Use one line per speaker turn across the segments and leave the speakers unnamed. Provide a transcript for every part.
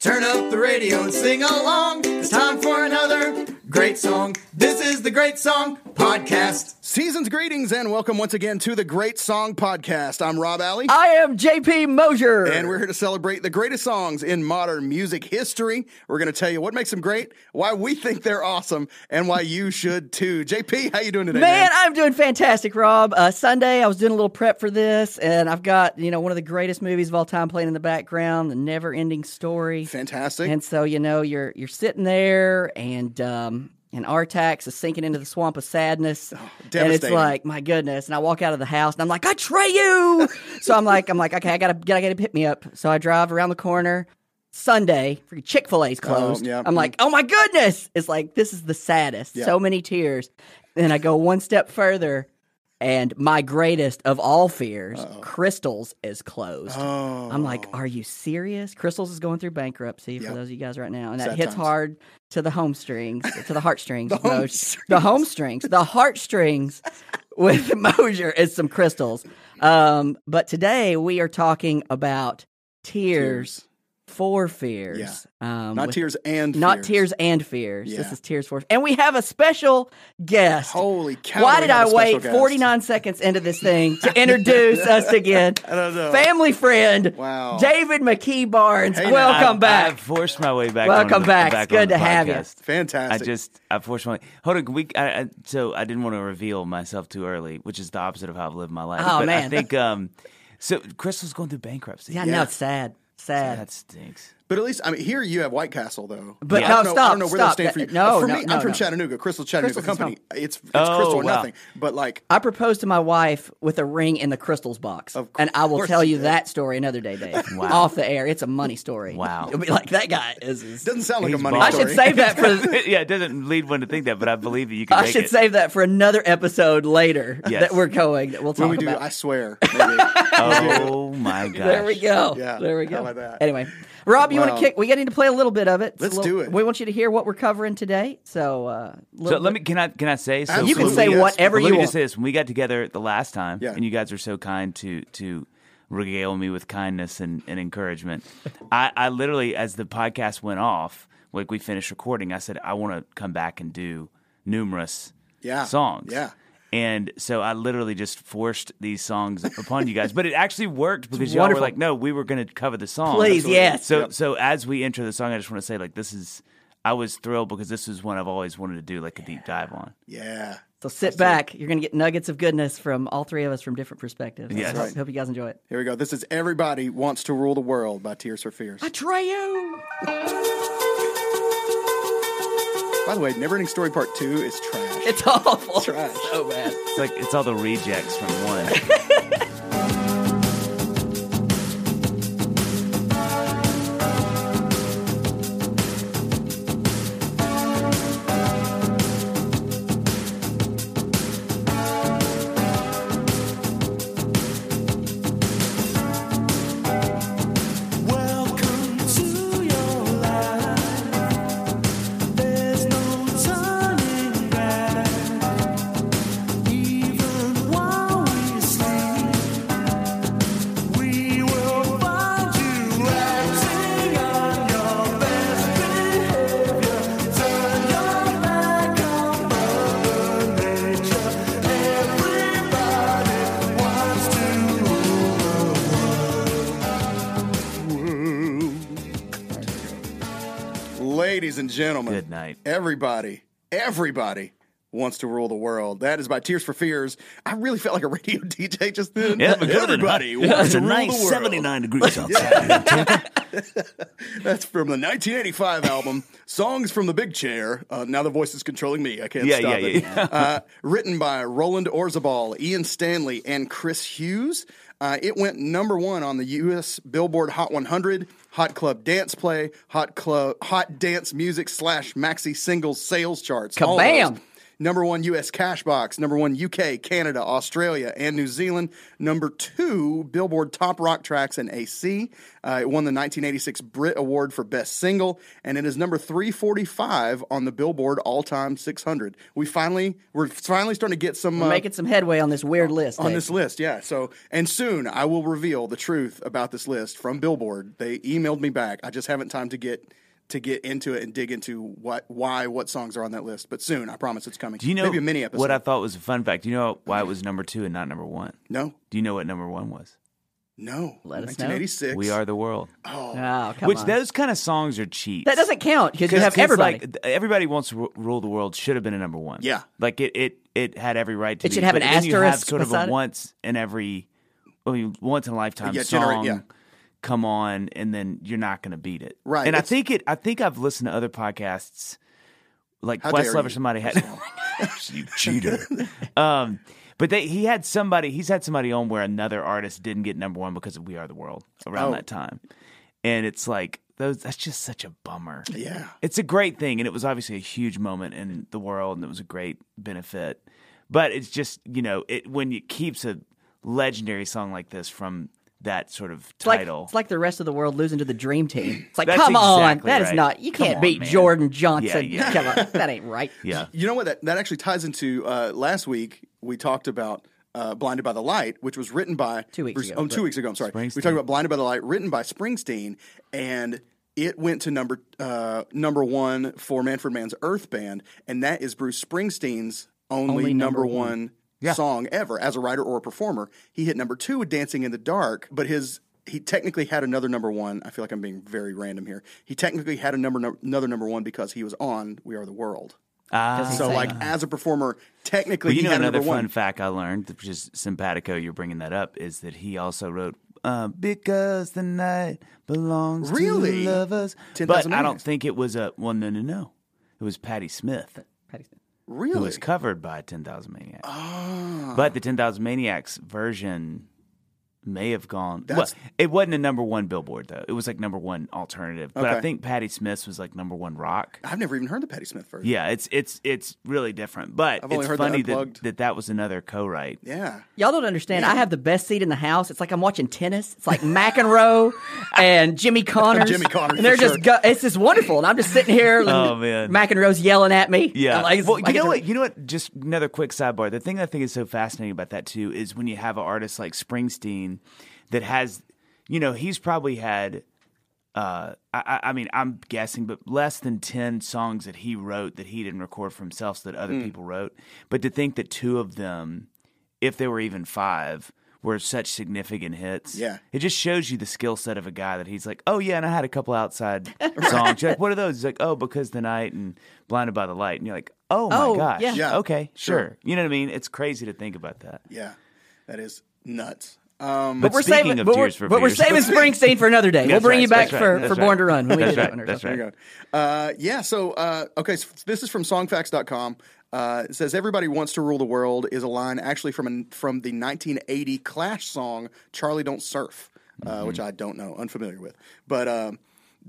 Turn up the radio and sing along. It's time for another great song. This is the Great Song Podcast.
Season's greetings and welcome once again to the Great Song Podcast. I'm Rob Alley.
I am JP Mosier.
and we're here to celebrate the greatest songs in modern music history. We're going to tell you what makes them great, why we think they're awesome, and why you should too. JP, how you doing today?
Man, I'm doing fantastic, Rob. Uh, Sunday, I was doing a little prep for this, and I've got you know one of the greatest movies of all time playing in the background, The Never Ending Story.
fantastic.
And so you know you're you're sitting there, and um, and Artax is sinking into the swamp of sadness, and it's
Oh, devastating.
like my goodness. And I walk out of the house, and I'm like, I tray you. so I'm like, I'm like, okay, I gotta gotta get a hit me up. So I drive around the corner. Sunday, Chick Fil A's closed.
yeah.
I'm like, oh my goodness! It's like this is the saddest. So many tears. Then I go one step further, and my greatest of all fears, Crystals, is closed.
Oh,
I'm like, are you serious? Crystals is going through bankruptcy for those of you guys right now, and that
Sad
hits
times.
hard to the home strings, to the heartstrings. the,
home
the home strings, the heartstrings with Mosier is some crystals. Um, but today we are talking about tears, for fears. Um,
not
with-
tears and
Not
fears.
tears and fears.
Yeah.
This is tears for, and we have a special guest.
Holy cow!
Why
we
did
have
I
a special
wait
guest.
49 seconds into this thing to introduce us again? I
don't know.
Family friend,
Wow.
David McKee Barnes.
Hey,
welcome
I-
back.
I forced my way back.
Welcome
on the,
back. It's good
on the
to have you.
podcast. I
Fantastic.
just I forced my hold on. can We I, I, so I didn't want to reveal myself too early, which is the opposite of how I've lived my life.
Oh,
but I
man.
think um, so. Crystal's going through bankruptcy.
yeah, no, it's sad. Sad.
that stinks.
But at least I mean here you have White Castle though.
But
I don't know,
no,
I don't
stop,
know where
stop.
those stand for you.
No,
for
no,
me,
no,
I'm from
no.
Chattanooga, Crystal Chattanooga
Crystal's
Company. It's it's
Oh,
Crystal or
wow.
nothing. But like
I proposed to my wife with a ring in the crystals box,
Of
and I will
course
tell
you
you
did.
that story another day, Dave.
Wow.
Off the air, it's a money story.
Wow.
You'll be like that guy is. is-
doesn't sound like a
He's
money
bald.
I
story.
should save that for.
yeah, it doesn't lead one to think that, but I believe that you can.
I
make
should
it.
save that for another episode later
Yes.
that we're going. That we'll talk
when we do,
about.
I swear. Maybe.
Oh my gosh.
There we go.
Yeah,
There we
how
go.
about that?
Anyway, Rob, you want
Wow.
to kick? We got need to play a little bit of it. It's a
Let's
little-
do it.
We want you to hear what we're covering today. So, uh,
So
little
let me
bit-
can I can I say so
You can
Absolutely,
say
yes.
whatever
Well, let
you
me
want.
just say this: when we got together the last time,
Yeah.
and you guys were so kind to to regale me with kindness and, and encouragement, I, I literally, as the podcast went off, like we finished recording, I said I want to come back and do numerous
Yeah.
songs,
Yeah.
And so I literally just forced these songs upon you guys, but it actually worked because y'all were
wonderful.
like, "No, we were going to cover the song."
Please, yes.
So so as we enter the song, I just want to say like this is. I was thrilled because this is one I've always wanted to do like a deep dive on.
yeah.
so sit back. You're going to get nuggets of goodness from all three of us from different perspectives.
Yes.
So I hope you guys enjoy it.
Here we go. This is Everybody Wants to Rule the World by Tears for Fears.
Atreyu.
By the way, Neverending Story Part 2 is trash.
It's awful.
Trash.
So bad.
It's like it's all the rejects from one.
Welcome to your life. There's no turning back. Even while we sleep, we will find you acting on your best behavior. Turn your back on Mother Nature. Everybody wants to rule the world.
Ladies and gentlemen.
Good night.
Everybody, everybody wants to rule the world. That is by Tears for Fears. I really felt like a radio DJ just then. everybody wants to rule the world.
degrees outside.
That's from the 1985 album Songs from the Big Chair. Uh, now the voice is controlling me. I can't
Yeah,
stop
yeah,
it.
yeah.
Uh, written by Roland Orzabal, Ian Stanley, and Chris Hughes. Uh, it went number one on the U.S. Billboard Hot 100, Hot Club Dance Play, Hot Club Hot Dance Music slash Maxi Singles Sales charts. all those.
Kabam!
Number one U.S. cash box. Number one U.K., Canada, Australia, and New Zealand. Number two Billboard Top Rock Tracks in AC. Uh, it won the 1986 Brit Award for Best Single, and it is number 345 on the Billboard All Time 600. We finally we're finally starting to get some uh,
Making some headway on this weird list.
on
Dave.
this list. Yeah. So and soon I will reveal the truth about this list from Billboard. They emailed me back. I just haven't time to get. To get into it and dig into what, why, what songs are on that list, but soon I promise it's coming.
Do you know
maybe a mini episode?
what I thought was a fun fact? Do you know why it was number two and not number one?
No,
Do you know what number one was?
no.
Let us know.
1986.
We Are the World.
Oh, come
Which
on.
those kind of songs are cheap.
that doesn't count because you have everybody.
Like, th- everybody wants to Ru- rule the world should have been a number one.
Yeah.
like it it it had every right to.
It
be,
should have
but
an
then you have
asterisk
sort of
beside
a
it.
once in every, I mean, once in a lifetime
Yeah, generate-
song.
yeah.
Come on, and then you're not going to beat it,
Right,
And I
it's-
think it. I think I've listened to other podcasts, like
How dare
Questlove
you.
or somebody had. you cheater. um, but they, he had somebody. He's had somebody on where another artist didn't get number one because of We Are the World around
Oh.
that time, and it's like those. That's just such a bummer.
Yeah.
It's a great thing, and it was obviously a huge moment in the world, and it was a great benefit. But it's just you know, it when it keeps a legendary song like this from that sort of
It's like,
title.
it's like the rest of the world losing to the dream team. It's like,
That's
come on,
exactly
that is
right.
not. You
Come
can't
on,
beat
man.
Jordan Johnson.
Yeah, yeah.
Come on, that ain't right.
yeah,
You know what? That, that actually ties into uh, last week. We talked about uh, "Blinded by the Light," which was written by
Two weeks
Bruce-
ago,
Oh, two
but-
weeks ago. I'm sorry. We
Springsteen.
talked about "Blinded by the Light," written by Springsteen, and it went to number uh, number one for Manfred Mann's Earth Band, and that is Bruce Springsteen's only,
Only number
number, one. Song ever as a writer or a performer. He hit number two with Dancing in the Dark, but his he technically had another number one. I feel like I'm being very random here. He technically had a number another number one because he was on We Are the World.
Ah.
So, like, as a performer, technically,
But you
he
know
had
another
number
fun
one.
fact I learned, which is simpatico. You're bringing that up is that he also wrote uh, "Because the Night Belongs
Really?
to Lovers,"
10,000
but I don't
Maniacs.
think it was a well. No, no, no. It was Patti Smith.
really?
It was covered by 10,000 Maniacs.
Ah.
But the 10,000 Maniacs version may have gone. Well,
That's-
it wasn't a number one Billboard, though. It was like number one alternative. But
Okay.
I think Patti Smith's was like number one rock.
I've never even heard the Patti Smith version.
Yeah, it's it's it's really different. But
I've only
it's
heard the
funny that,
Unplugged.
that that was another co write.
Yeah.
Y'all don't understand. I have the best seat in the house. It's like I'm watching tennis. It's like McEnroe and Jimmy Connors.
Jimmy Connors,
And they're
for
just,
sure.
go- it's just wonderful. And I'm just sitting here. and
Oh, man.
McEnroe's yelling at me.
Yeah.
I'm like, it's- I
well, you
get
know
to-
what? You know what? Just another quick sidebar. The thing I think is so fascinating about that too is when you have an artist like Springsteen that has, you know, he's probably had. Uh, I, I I mean, I'm guessing, but less than ten songs that he wrote that he didn't record for himself, so that other
Mm.
people wrote. But to think that two of them, if they were even five, were such significant hits,
Yeah.
it just shows you the skill set of a guy that he's like, oh yeah, and I had a couple outside songs. You're like, what are those? He's like, oh, because the night and blinded by the light, and you're like, oh my
Oh,
gosh,
yeah.
Yeah,
okay,
sure.
sure. You know what I mean? It's crazy to think about that.
Yeah. That is nuts. Um,
But,
We're
speaking
saving,
of
but,
Tears
we're,
for
but we're
Fears-
saving Springsteen for another day. We'll
That's
bring
right,
you back
that's right,
for,
that's
for
right.
Born to Run when we
That's
do that
right,
one or
that's
something.
right.
There you go. Uh, yeah, so, uh, okay, so this is from songfacts.com. Uh, it says, Everybody Wants to Rule the World is a line actually from, an, from the 1980 Clash song, Charlie Don't Surf,
Mm-hmm.
uh, which I don't know, unfamiliar with. But um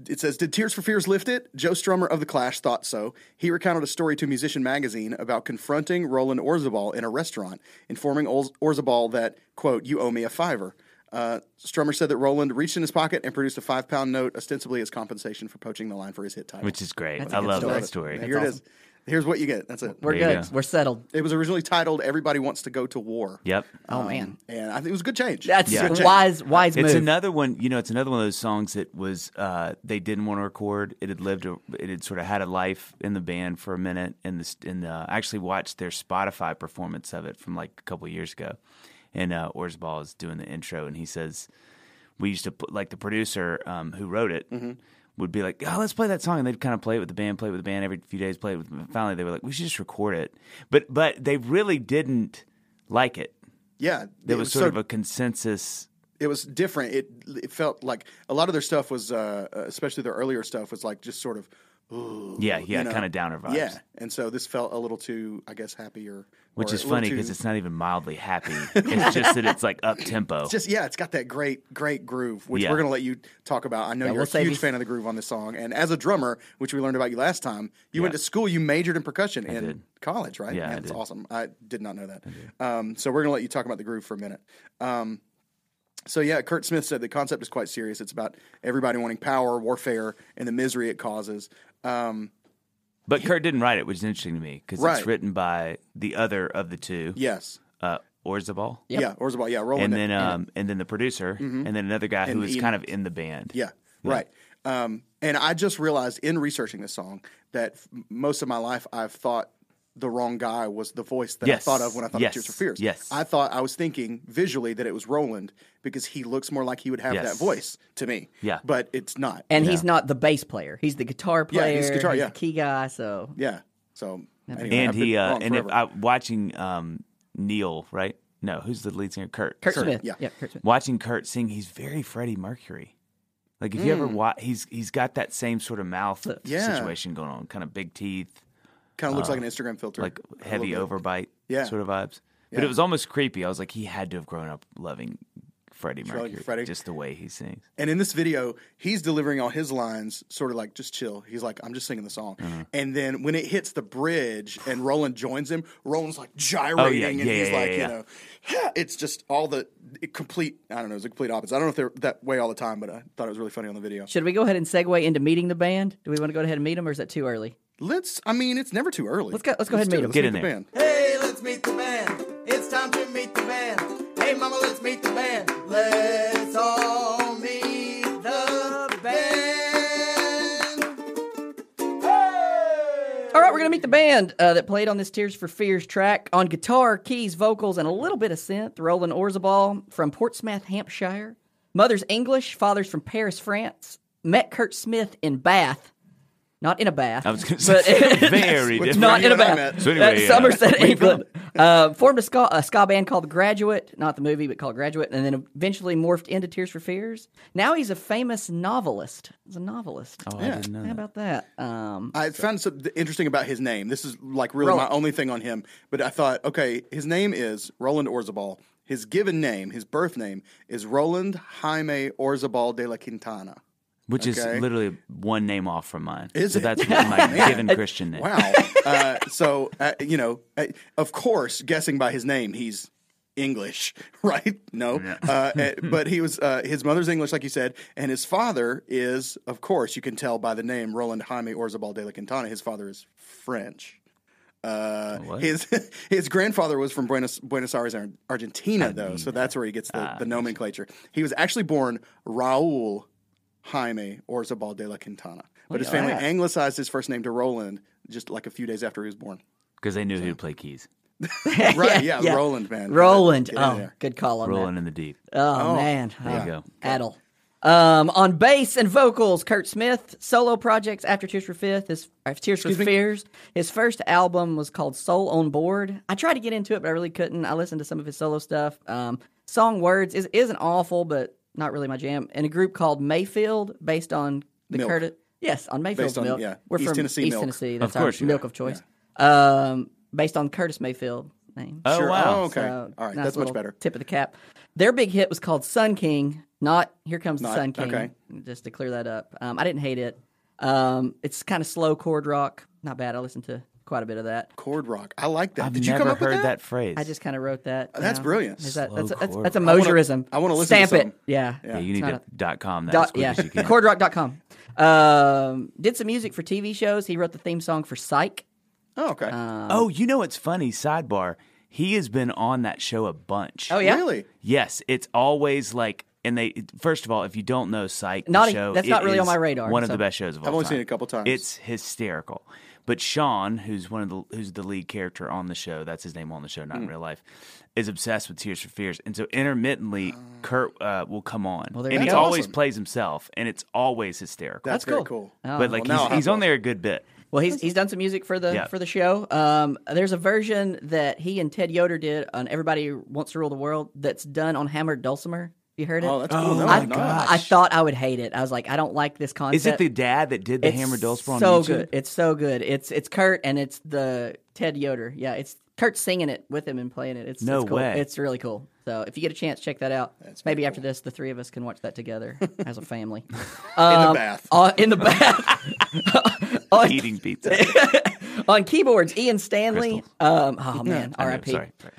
it says, Did Tears for Fears lift it? Joe Strummer of The Clash thought so. He recounted a story to Musician Magazine about confronting Roland Orzabal in a restaurant, informing Orz- Orzabal that, quote, you owe me a fiver. Uh, Strummer said that Roland reached in his pocket and produced a five pound note, ostensibly as compensation for poaching the line for his hit title.
which is great. I love that story.
Here it is. Here's what you get. That's it.
We're
There you
good.
go.
We're settled.
It was originally titled "Everybody Wants to Go to War."
Yep.
Oh, man.
and I think it was a good change.
That's
Um, Yeah.
a wise, wise
It's
move.
another one, you know. It's another one of those songs that was uh, they didn't want to record. It had lived, a, it had sort of had a life in the band for a minute, and this, and uh, I actually watched their Spotify performance of it from like a couple years ago. And uh, Orzbal is doing the intro, and he says, "We used to put like the producer um, who wrote it."
Mm-hmm.
Would be like, oh, let's play that song, and they'd kind of play it with the band, play it with the band every few days, play it with. Finally, they were like, we should just record it, but but they really didn't like it.
yeah.
There
it
was, sort
so-
of a consensus
it was different. It it felt like a lot of their stuff was, uh, uh, especially their earlier stuff, was like just sort of
yeah, yeah,
know,
kind of downer vibes.
Yeah, and so this felt a little too, I guess, happier.
Which
or
is
a little
funny
too-
because it's not even mildly happy. it's just that it's like up tempo.
just yeah, it's got that great, great groove, which
Yeah.
we're gonna let you talk about. I know you're
we'll
a
save
huge
you-
fan of the groove on this song, and as a drummer, which we learned about you last time, you went to school, you majored in percussion in
did.
college, right?
Yeah, I
that's
did.
awesome. I did not know that. Um, so we're gonna let you talk about the groove for a minute. Um, so yeah, Kurt Smith said the concept is quite serious. It's about everybody wanting power, warfare, and the misery it causes. Um,
But Kurt didn't write it, which is interesting to me because
Right.
it's written by the other of the two,
yes,
uh, Orzabal,
yeah, or yeah, Roland,
and then um, and then the producer, and then another guy who was kind of in the band.
Mm-hmm. Yeah, right. Um, and I just realized in researching this song that f- most of my life I've thought the wrong guy was the voice that
Yes.
I thought of when I thought
Yes.
of Tears for Fears.
Yes.
I thought I was thinking visually that it was Roland because he looks more like he would have
Yes.
that voice to me.
Yeah.
but it's not.
And he's not the bass player; he's the guitar
Yeah,
player.
he's guitar, yeah.
the key guy. So
yeah, so anyway,
and
I've been
he uh,
wrong
and if
forever.
I, watching um, Neil, right? No, who's the lead singer? Kurt.
Kurt Smith,
yeah.
yeah. Kurt Smith.
Watching Kurt sing, he's very Freddie Mercury. Like if you ever watch, he's he's got that same sort of mouth
Mm. Yeah.
situation going on, kind of big teeth,
kind of looks like an Instagram filter,
uh, like
a
heavy
little bit.
overbite,
Yeah.
sort of vibes. But
Yeah.
it was almost creepy. I was like, he had to have grown up loving Freddie
Freddie-
Mercury,
Freddie.
just the way he sings.
And in this video, he's delivering all his lines sort of like just chill. He's like, I'm just singing the song.
Mm-hmm.
And then when it hits the bridge and Roland joins him, Roland's like gyrating and
Oh, yeah,
he's
yeah,
like,
yeah,
you
yeah.
know, it's just all the it complete, I don't know, it's a complete opposite. I don't know if they're that way all the time, but I thought it was really funny on the video.
Should we go ahead and segue into meeting the band? Do we want to go ahead and meet them, or is that too early?
Let's, I mean, it's never too early.
Let's go- let's go ahead and
do it.
meet
Let's
him.
Get in
the
there.
band.
Hey, let's meet the band. It's time to meet the band. Hey, mama, let's meet the band. Let's all meet the band.
All right, we're gonna meet the band uh, that played on this Tears for Fears track on guitar, keys, vocals, and a little bit of synth. Roland Orzabal from Portsmouth, Hampshire. Mother's English, father's from Paris, France. Met Kurt Smith in Bath, not in a bath.
I was going to say very
Which
different.
not in a
Where you
bath.
at?
So anyway,
Uh,
yeah.
Somerset, England. Uh, formed a ska, a ska band called The Graduate, not the movie, but called Graduate, and then eventually morphed into Tears for Fears. Now he's a famous novelist. He's a novelist.
Oh, I didn't know
How
that.
about that? Um,
I found something interesting about his name. This is like really
Roland.
my only thing on him. But I thought, okay, his name is Roland Orzabal. His given name, his birth name, is Roland Jaime Orzabal de la Quintana.
Which
Okay.
is literally one name off from mine.
Is
so
it?
that's my given Christian name.
Wow. uh, so, uh, you know, uh, of course, guessing by his name, he's English, right? No. Uh, uh, but he was, uh, his mother's English, like you said, and his father is, of course, you can tell by the name Roland Jaime Orzabal de la Quintana, his father is French. Uh,
What?
his his grandfather was from Buenos Buenos Aires, Ar- Argentina, though, so that's where he gets the, the nomenclature. He was actually born Raul Jaime Orzabal de la Quintana, but his family anglicized his first name to Roland just like a few days after he was born.
Because they knew who to play keys.
Right? Yeah, Roland, man.
Roland.
Get in
Oh,
there.
good call on that.
Rolling in the deep.
Oh, man.
There you go.
Adel. Um, on bass and vocals, Kurt Smith. Solo projects after Tears for Fifth. His uh, Tears for Fears. His first album was called Soul on Board. I tried to get into it, but I really couldn't. I listened to some of his solo stuff. Um, song words is isn't awful, but not really my jam. In a group called Mayfield, based on the
Milk.
Curtis. Yes, on Mayfield's
Based on-
milk.
yeah,
We're
East
from
Tennessee
East
milk.
Tennessee. That's
course,
our
yeah.
milk of choice. Um, based on Curtis Mayfield name.
Oh,
Sure.
wow.
Oh, okay.
So,
All right.
nice
that's much
little
better.
Tip of the cap. Their big hit was called Sun King, not Here Comes the
Not-
Sun King.
okay.
Just to clear that up. Um, I didn't hate it. Um, it's kind of slow chord rock. Not bad. I listened to quite a bit of that.
Chord rock. I like that.
I've
Did you
never
come up
heard
with
that? phrase.
I just kind of wrote that.
That's
down.
brilliant.
Is that,
Slow
that's, a, that's,
chord
that's a
rock.
I wanna-
Mosierism.
I wanna listen to
Stamp
some.
it. Yeah.
yeah, you need
It's
to
not a-
dot com that as
Dot,
quick
yeah,
as you can.
chordrock.com. Um, did some music for TV shows. He wrote the theme song for Psych.
Oh, okay.
oh, you know what's funny? Sidebar. He has been on that show a bunch.
Oh, yeah.
Really?
Yes, it's always like, and they first of all, if you don't know Psych, the
Not a-
show,
that's not
it
really on
is
my radar,
One of
so-
the best shows of all
I've only
time.
seen it a couple times.
It's hysterical. But Sean, who's one of the who's the lead character on the show, that's his name on the show,
Hmm.
not in real life, is obsessed with Tears for Fears, and so intermittently, Kurt uh, will come on,
there
and
you
he
go.
Ah.
always
Awesome.
plays himself, and it's always hysterical.
that's
cool.
very cool.
Oh.
but like
now I'll have
he's, he's
to
on there a good bit.
Well, he's he's done some music for the
Yeah.
for the show. Um, there's a version that he and Ted Yoder did on "Everybody Wants to Rule the World" that's done on hammered dulcimer. You heard it?
Oh, that's cool. Oh, No,
I,
my gosh.
I thought I would hate it. I was like, I don't like this concept.
Is it the dad that did the
It's
hammer Dulcimer on
so
YouTube?
good. It's so good. It's it's Kurt and it's the Ted Yoder. Yeah, it's Kurt singing it with him and playing it. It's
No
it's cool.
way.
It's really cool. So if you get a chance, check that out. Maybe after this, the three of us can watch that together as a family. Um,
bath.
uh, in the bath. on,
Eating pizza.
on keyboards, Ian Stanley.
Crystals.
Um, oh man,
I know,
R.I.P.
sorry, sorry.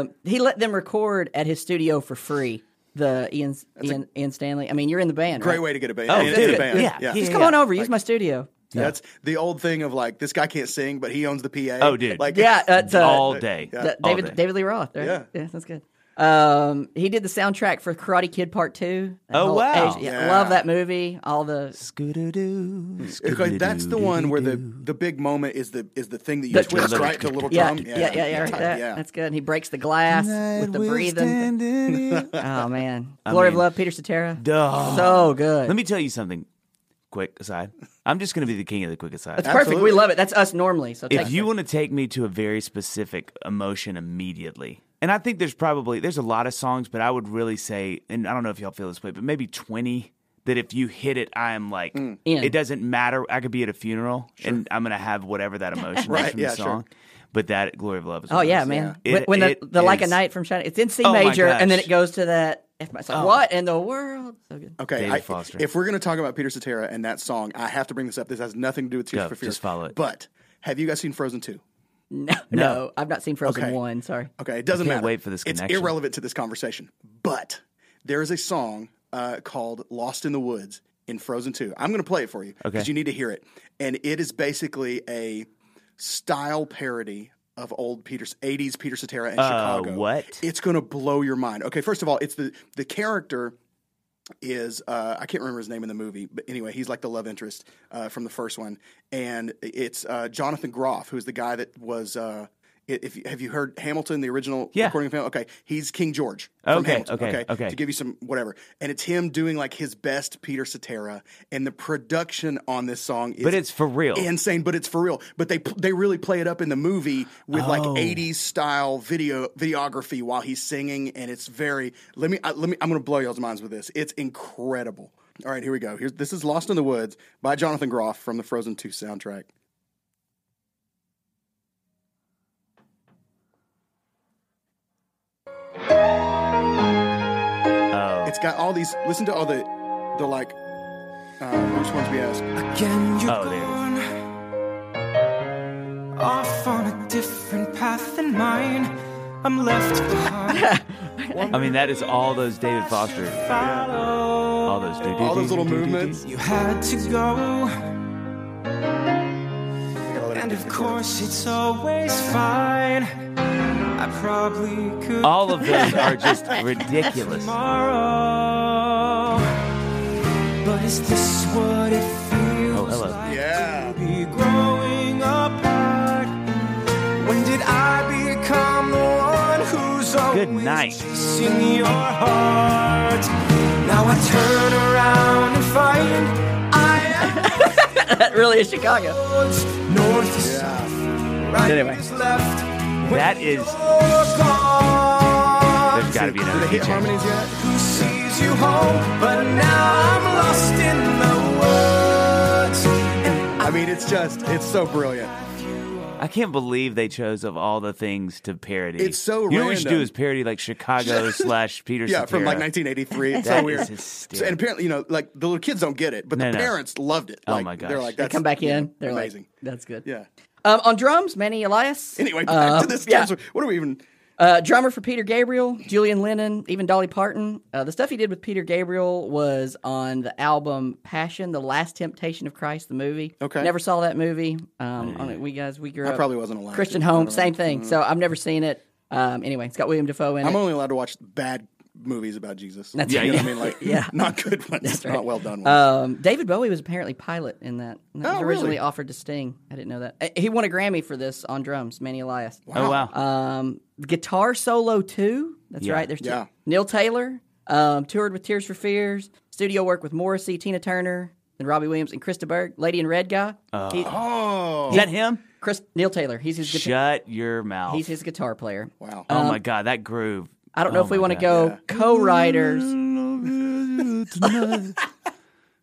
Um, he let them record at his studio for free. The Ian Ian, Ian Stanley. I mean, you're in the band.
Great
right?
way to get a band.
Oh,
Into
dude.
the band.
Yeah.
yeah.
He's
Just come on over. Use my studio.
That's the old thing of like this guy can't sing, but he owns the PA.
Oh, dude.
Like
Yeah, that's uh,
all day.
Th-
All
David
day.
David Lee Roth, right?
Yeah.
that's good. Um, he did the soundtrack for Karate Kid Part Two. That
Oh,
whole
wow.
Asian- yeah,
Yeah.
love that movie. All the
Scoo-doo-doo,
Hmm.
It's like, that's the one where the, the big moment is the is the thing that you
The-
twist right to little
yeah,
drum.
yeah, yeah, yeah, right, that-
yeah.
That's good. And he breaks the glass with the breathing. Oh man, Glory of
mean-
Love, Peter Cetera.
Duh.
So good.
Let me tell you something. Quick aside. I'm just going to be the king of the quick aside.
that's perfect. We love it. That's us normally. So
if
thanks.
you want to take me to a very specific emotion immediately and i think there's probably there's a lot of songs but i would really say and i don't know if y'all feel this way but maybe 20 that if you hit it i am like
In.
it doesn't matter i could be at a funeral and i'm gonna have whatever that emotion is
Right,
from
yeah,
the
sure.
song but that glory of love is
oh
one of
yeah,
those.
man.
Yeah.
When-
It-
when the,
it
the like a
is-
night from Shining, it's in C
Oh, my
major, and then
gosh.
it goes to that. If it's like, what in the world? So good.
Okay,
David
I-
Foster.
if we're going to talk about Peter Cetera and that song, I have to bring this up. This has nothing to do with Tears
Go,
for Fears.
just follow it.
But have you guys seen Frozen 2?
No, no, I've not seen Frozen
Okay.
One. Sorry.
Okay, it doesn't
can't
matter.
wait for this
It's
connection.
irrelevant to this conversation. But there is a song uh, called "Lost in the Woods" in Frozen Two. I'm going to play it for you because
Okay.
you need to hear it, and it is basically a style parody of old Peter's '80s Peter Cetera and Chicago.
Uh, what?
It's going to blow your mind. Okay, first of all, it's the the character is uh, I can't remember his name in the movie, but anyway, he's like the love interest uh, from the first one, and it's uh, Jonathan Groff, who's the guy that was. Uh, i- if you- have you heard Hamilton, the original
Yeah.
recording of Hamilton? Okay, he's King George. From
Okay,
Hamilton,
okay, okay.
To give you some whatever, and it's him doing like his best Peter Cetera, and the production on this song is
but it's for real
insane, but it's for real. But they pl- they really play it up in the movie with like
Oh.
'80s style video videography while he's singing, and it's very. Let me I, let me. I'm gonna blow y'all's minds with this. It's incredible. All right, here we go. Here's this is Lost in the Woods by Jonathan Groff from the Frozen 2 soundtrack.
oh, oh,
It's got all these. Listen to all the the like. Uh, which ones we ask?
Again, you're
Oh, there it is.
gone off on a different path than mine. I'm left behind.
i mean that is all those david foster
Follow.
all those doo-doo-doo-doo-doo-doo.
All those little movements.
You had to go. And of course, it's always fine. I probably could.
all of those are just ridiculous
tomorrow. But is this what it feels
Oh, hello.
like
Yeah.
to be growing apart? When did I become the one who's always
Good night.
chasing your heart? Now I turn around and find I am
That really is Chicago.
lost. north is south, right
Anyway.
is left. When
That is-
you're gone.
there's got to be another key
Hit
change
harmonies yet?
Who sees you home? But now I'm lost in the woods.
I mean, it's just it's so brilliant.
I can't believe they chose of all the things to parody.
It's so
you know what we should
random.
do is parody like Chicago slash Peter.
Yeah, from like
Cetera.
1983. It's
That
so weird.
is hysterical.
and apparently, you know, like the little kids don't get it, but
No,
the
no.
parents loved it.
Oh
Like,
my gosh.
They're like,
They
that's
Come back in. They're
amazing.
like, that's good.
yeah.
Um, on drums, Manny Elias.
Anyway, back
Uh,
to this.
yeah.
Yeah. What are we even?
Uh, drummer for Peter Gabriel, Julian Lennon, even Dolly Parton. Uh, the stuff he did with Peter Gabriel was on the album Passion, The Last Temptation of Christ, the movie.
Okay.
Never saw that movie. Um, I don't know, we guys, we grew
I
up.
probably wasn't allowed.
Christian
to.
Home, same thing. So I've never seen it. Um, anyway, it's got William Defoe in
I'm
it.
only allowed to watch bad movies about Jesus.
That's
you
right.
know what I mean, like,
Yeah.
not good ones,
right.
not well done ones.
Um, David Bowie was apparently pilot in that. And that
Oh,
was
really?
originally offered to Sting. I didn't know that. Uh, He won a Grammy for this on drums, Manny Elias.
oh wow,
Um, guitar solo too. That's
Yeah.
right. There's two.
Yeah.
Neil Taylor um, toured with Tears for Fears. Studio work with Morrissey, Tina Turner, and Robbie Williams and Krista Berg. Lady in Red guy. He-
oh,
is that him?
Chris Neil Taylor. He's his guitar.
Shut your mouth.
He's his guitar player.
wow.
oh my god, Mm-hmm. that groove.
um, I don't know
Oh
if we
my
want to
God.
go co-writers
tonight.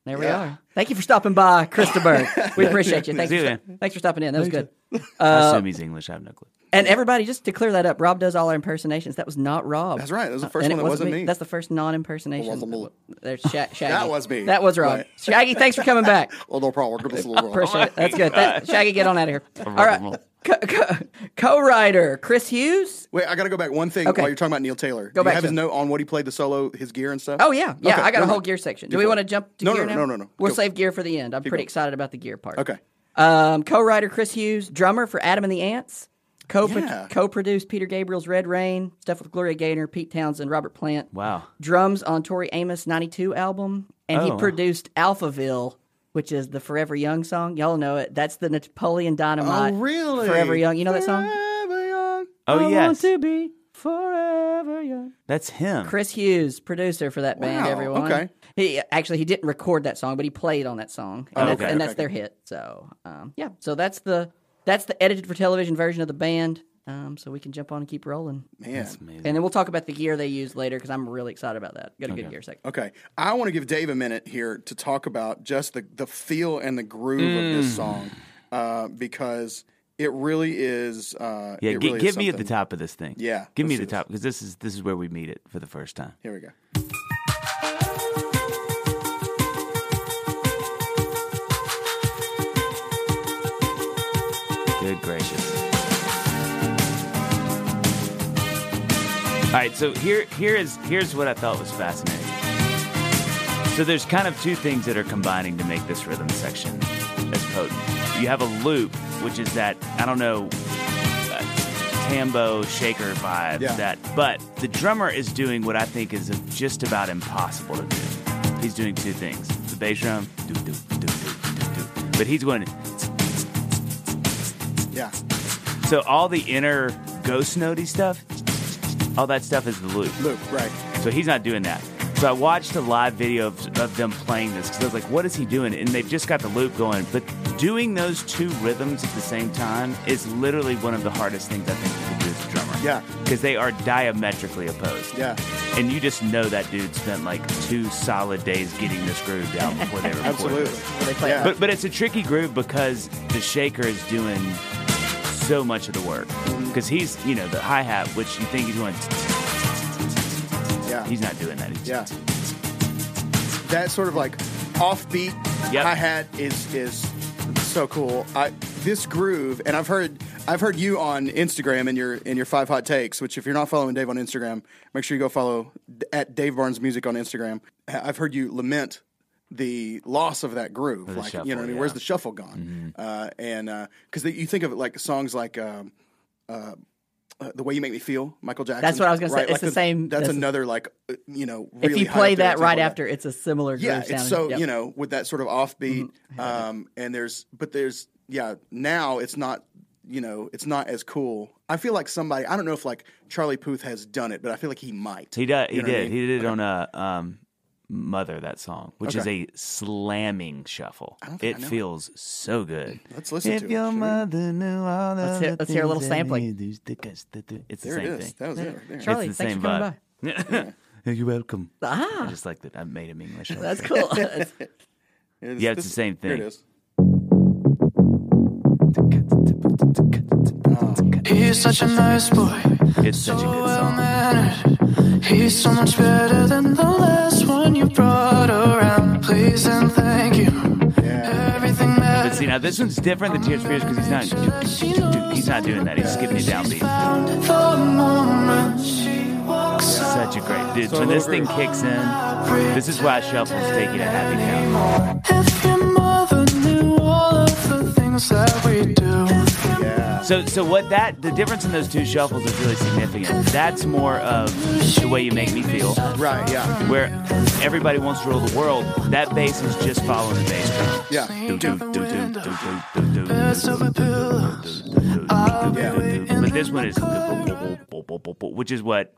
There we are. Thank you for stopping by, Christopher. We appreciate you. Thanks,
See you,
for,
man.
thanks for stopping in. That was good. Uh,
I assume he's English. I have no clue.
And everybody, just to clear that up, Rob does all our impersonations. That was not Rob. Uh,
That's right. That was the first
and
one
it
that wasn't me.
That's the first non-impersonation.
Wasn't me.
There's Sha- Shaggy.
That was me.
That was Rob.
Right.
Shaggy, thanks for coming back.
Well, no problem. Give us a little roll.
Appreciate it. That's good. Thank- Shaggy, get on out of here. All right. Co- co- co-writer Chris Hughes.
Wait, I got to go back one thing
Okay.
while you're talking about Neil Taylor.
Go
Do
back
you have
to
his
it.
note on what he played the solo, his gear and stuff?
Oh yeah, yeah.
Okay,
I got a
never
whole
mind.
gear section. Do we
going.
want to jump to
No,
gear
no,
now?
no, no, no.
We'll
Go.
save gear for the end. I'm pretty
going.
excited about the gear part.
Okay.
Um, co-writer Chris Hughes, drummer for Adam and the Ants. Co-
Yeah.
co-produced Peter Gabriel's Red Rain, stuff with Gloria Gaynor, Pete Townsend, Robert Plant.
Wow.
Drums on Tori Amos' 92 album and
Oh,
he
wow.
produced Alphaville, which is the Forever Young song. Y'all know it. That's the Napoleon Dynamite.
Oh, really?
Forever Young. You know that song?
Forever young.
Oh
I want
yes,
to be forever young.
that's him.
Chris Hughes, producer for that band,
Wow,
everyone.
okay.
He actually he didn't record that song, but he played on that song,
Oh,
and, that's,
okay,
and
okay,
that's their hit. So um, yeah, so that's the that's the edited for television version of the band. Um, so we can jump on and keep rolling,
Man.
and then we'll talk about the gear they use later because I'm really excited about that. Got a good gear section.
Okay. I want to give Dave a minute here to talk about just the, the feel and the groove of this song uh, because it really is. Uh,
Yeah,
it
gi-
really is
give me at the
something.
top of this thing.
Yeah,
give me
let's
the
do
top because this is this is where we meet it for the first time.
Here we go.
Good gracious! All right, so here here is here's what I thought was fascinating. So there's kind of two things that are combining to make this rhythm section as potent. You have a loop, which is that I don't know uh, tambo shaker vibe
Yeah.
that but the drummer is doing what i think is just about impossible to do he's doing two things the bass drum do, do, do, do, do, do. but he's going
Yeah.
so all the inner ghost notey stuff all that stuff is the loop
Luke, right.
so he's not doing that so i watched a live video of, of them playing this because i was like what is he doing and they've just got the loop going but doing those two rhythms at the same time is literally one of the hardest things i think you can do as a drummer
Yeah.
because they are diametrically opposed
Yeah.
and you just know that dude spent like two solid days getting this groove down before they recorded
Absolutely.
it.
Where they play
Yeah.
But but it's a tricky groove because the shaker is doing so much of the work. Because he's you know the hi hat, which you think he's going,
Yeah.
he's not doing that. He's-
Yeah. That sort of like offbeat
Yep.
hi hat is is so cool. I this groove, and I've heard I've heard you on Instagram in your in your five hot takes. Which if you're not following Dave on Instagram, make sure you go follow d- at Dave Barnes Music on Instagram. I- I've heard you lament the loss of that groove. Like you
shuffle,
know, what I mean?
yeah.
where's the shuffle gone? Uh, and because you think of it like songs like. Um, uh, uh, the way you make me feel, Michael Jackson.
That's what I was gonna say.
right?
It's
Like
the same-
That's,
that's-
another like, uh, you know.
If
really
you
high
play
up there
that
example
right
of
after, it's a similar groove
yeah,
sound.
it's so
Yep. Mm-hmm.
you know with that sort of offbeat, um, and there's but there's yeah now it's not you know it's not as cool. I feel like somebody I don't know if like Charlie Puth has done it, but I feel like he might.
He did. He
You know what I
did.
mean?
He did it on a um, mother that song, which is a slamming shuffle. It feels so good.
Let's listen
if
to it,
your
shall we?
mother knew all the
Let's hear- let's hear a little
things that
sampling.
he used to cuss the th- It's the
There it
same
is.
thing.
That was it. Right there.
Charlie,
it's the
thanks
same
for coming
vibe. You're welcome. I just like that. I made him English.
by. That's cool. That's-
It is-
Yeah, it's
this-
the same
Here it
thing.
is.
He's such a nice boy,
It's such a good song.
mannered. He's so much better than the last one you brought around. Please and thank you. Everything
But
matters.
see, now this one's different than Tears for Fears because he's not. He's not doing that. He's just giving you downbeat.
Found the moment she walks out.
Such a great dude. When this thing kicks in, this is why shuffles take you to happy town.
If your mother knew all of the things that we do.
So, so what that the difference in those two shuffles is really significant. That's more of the way you make me feel,
Right. Yeah.
where everybody wants to rule the world. That bass is just following the bass drum.
Yeah.
Do, do, do, do, do, do, do, do,
Beds over pillows.
do, do, do. But this one is, which is what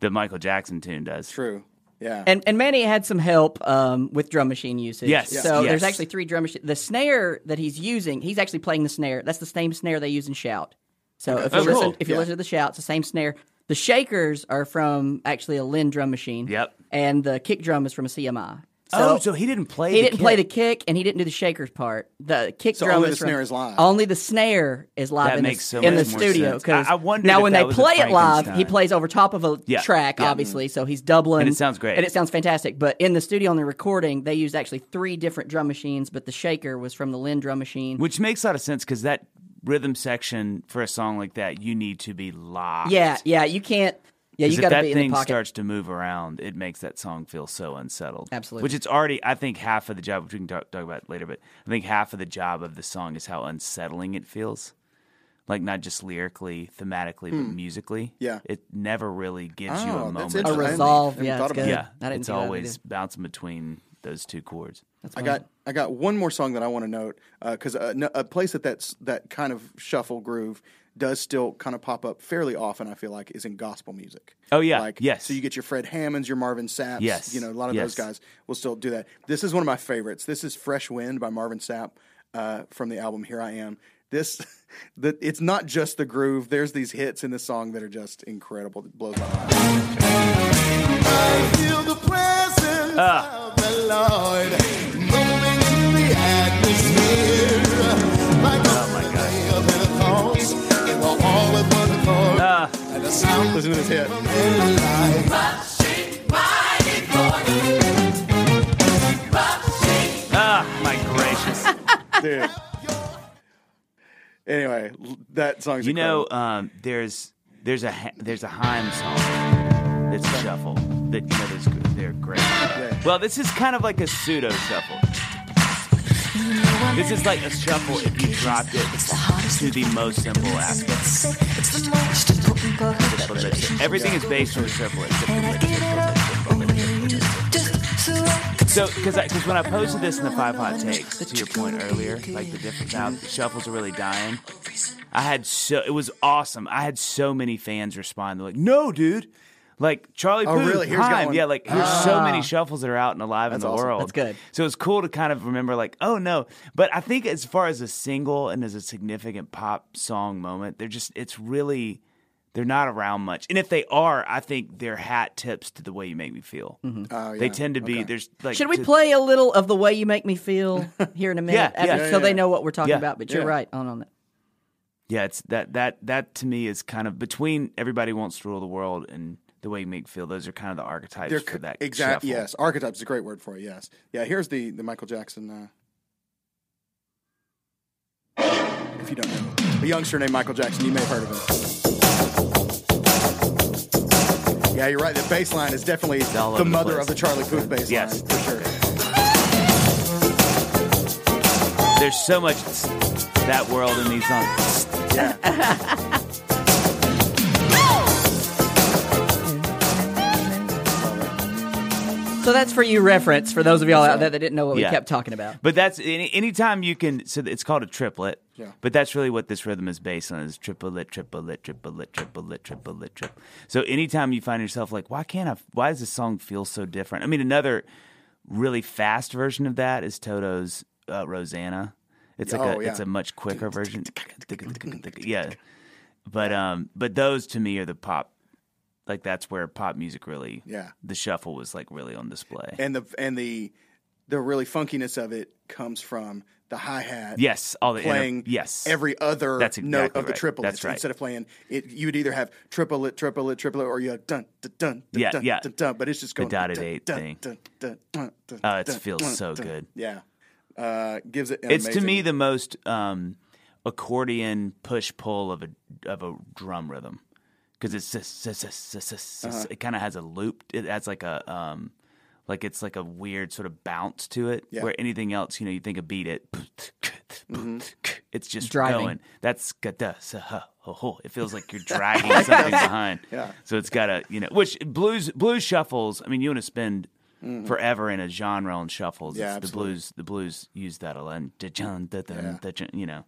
the Michael Jackson tune does.
True. Yeah.
And and Manny had some help um, with drum machine usage.
Yes,
So
yes.
there's actually three drum machine. The snare that he's using, he's actually playing the snare. That's the same snare they use in Shout. So if you
Oh,
listen,
cool.
if you
Yeah.
listen to the Shout, it's the same snare. The shakers are from actually a Lynn drum machine.
Yep.
And the kick drum is from a CMI.
oh, so he didn't play.
He
the
didn't
kick.
play the kick, and he didn't do the shakers part. The kick
So
drum
only the
is from-
snare is live.
Only the snare is live
That
in
makes
the,
so
in the
much more
studio.
sense.
'cause
I- I wondered
now
if
when
that
they
was a
play it live, he
Frankenstein.
plays over top of a
Yeah.
track, obviously. So he's doubling,
And it sounds great.
and it sounds fantastic. But in the studio on the recording, they used actually three different drum machines, but the shaker was from the Lynn drum machine.
which makes a lot of sense because that rhythm section for a song like that, you need to be locked.
yeah, yeah, you can't. Yeah,
'Cause
you
if
got to
that
be in the
thing
pocket.
starts to move around, it makes that song feel so unsettled.
Absolutely.
Which it's already, I think, half of the job, which we can talk, talk about later, but I think half of the job of the song is how unsettling it feels. Like, not just lyrically, thematically, but musically.
Hmm. Yeah.
It never really gives you
Oh,
a
that's
moment.
interesting.
of-
a
I
resolve.
hadn't
Yeah,
thought
it's
about
good.
that.
Yeah.
I didn't
It's
do that either.
always bouncing between those two chords.
I got I got one more song that I want to note because uh, no, a place that that's, that kind of shuffle groove does still kind of pop up fairly often. I feel like is in gospel music.
Oh, yeah.
like
Yes.
So you get your Fred Hammonds, your Marvin Sapp.
Yes.
you know a lot of those
Yes.
guys will still do that. This is one of my favorites. This is "Fresh Wind" by Marvin Sapp uh, from the album "Here I Am." This that it's not just the groove. There's these hits in this song that are just incredible. It blows my mind.
Feel the presence
Ah.
of the Lord moving in the atmosphere.
Oh,
Like a play of Pentecost, they were all of one accord. And the sound
Listen to this hit.
of their life.
Ah, my
Dude.
gracious.
Anyway, l- that song's
You know,
incredible.
um, there's there's a ha- there's a Heim song that's shuffle that you know there's, they're great. Well, this is kind of like a pseudo shuffle. This is like a shuffle if you dropped it to the most simple aspect. Everything is based on the shuffle. So, because because when I posted this in the five hot takes, to your point earlier, like the difference how the shuffles are really dying. I had so it was awesome. I had so many fans respond. They're like, "No, dude." Like Charlie
Oh,
Puth,
really? Here's got
Heim.
one. Ah.
Yeah, like there's so many shuffles that are out and alive in the
awesome.
world.
That's good.
So it's cool to kind of remember, like, oh no. But I think as far as a single and as a significant pop song moment, they're just it's really they're not around much. And if they are, I think their hat tips to the way you make me feel.
Oh, yeah.
They tend to be there's like
Mm-hmm. Should we
to-
play a little of the way you make me feel here in a minute,
Yeah, yeah.
after-
Yeah,
so
yeah,
they
yeah.
know what we're talking
Yeah.
about? But you're
Yeah.
right on on that.
Yeah, it's that that that to me is kind of between everybody wants to rule the world and the way you make feel. Those are kind of the archetypes
They're
for that.
exactly
shuffle.
yes. Archetype's a great word for it. Yes. Yeah. Here's the the Michael Jackson. Uh, if you don't know, a youngster named Michael Jackson, you may have heard of him. Yeah, you're right. The bass line is definitely
all
the
over the
mother
place.
of the Charlie Puth bass
Yes.
line, for sure.
There's so much that world in these songs.
Yeah.
So that's for you reference for those of y'all out there that didn't know what
Yeah.
we kept talking about.
But that's any anytime you can. So it's called a triplet.
Yeah.
But that's really what this rhythm is based on: is triplet, triplet, triplet, triplet, triplet, triplet. So anytime you find yourself like, why can't I? Why does this song feel so different? I mean, another really fast version of that is Toto's uh, Rosanna. It's like
Oh,
a
yeah.
it's a much quicker version. Yeah. But um, but those to me are the pop. Like that's where pop music really.
Yeah.
The shuffle was like really on display.
And the and the the really funkiness of it comes from the hi hat.
Yes, all the inter-
playing
yes.
every other
That's
note
exactly
of the
right.
triplets.
That's right.
Instead of playing it, you would either have triplet, triplet, triplet, or you have dun dun dun dun
Yeah,
dun,
yeah.
dun dun. But it's just going
dotted
dun,
eight
dun,
thing.
Dun, dun, dun, dun,
Oh, it
dun,
feels
dun,
so
dun.
good.
Yeah, uh, gives it. An
It's to
amazing-
me the most um, accordion push pull of a of a drum rhythm because it's just, just- just- just- just-
Uh-huh.
just- it kind of has a loop. It has like a um, like it's like a weird sort of bounce to it.
Yeah. Mm-hmm.
Where anything else, you know, you think a beat it, it's just
Driving.
going. That's it feels like you're dragging something behind.
Yeah.
So it's got a you know, which blues blues shuffles. I mean, you want to spend
Mm-hmm.
forever in a genre on shuffles.
Yeah,
it's the
absolutely.
blues. The blues use that a lot. and da-chun, da-dun, da-chun, You know,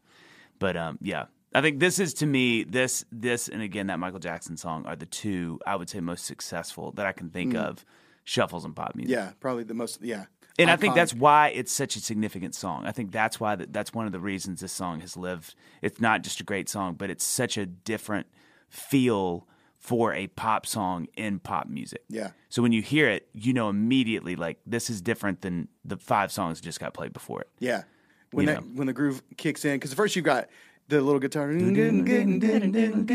but um, yeah, I think this is to me this this and again that Michael Jackson song are the two I would say most successful that I can think
Mm.
of shuffles and pop music.
Yeah, probably the most. Yeah,
And I think
Iconic.
that's why it's such a significant song. I think that's why that, that's one of the reasons this song has lived. It's not just a great song, but it's such a different feel for a pop song in pop music.
Yeah.
So when you hear it, you know immediately like this is different than the five songs that just got played before it.
Yeah. When
You
that
know.
when the groove kicks in, because first you've got the little guitar, and then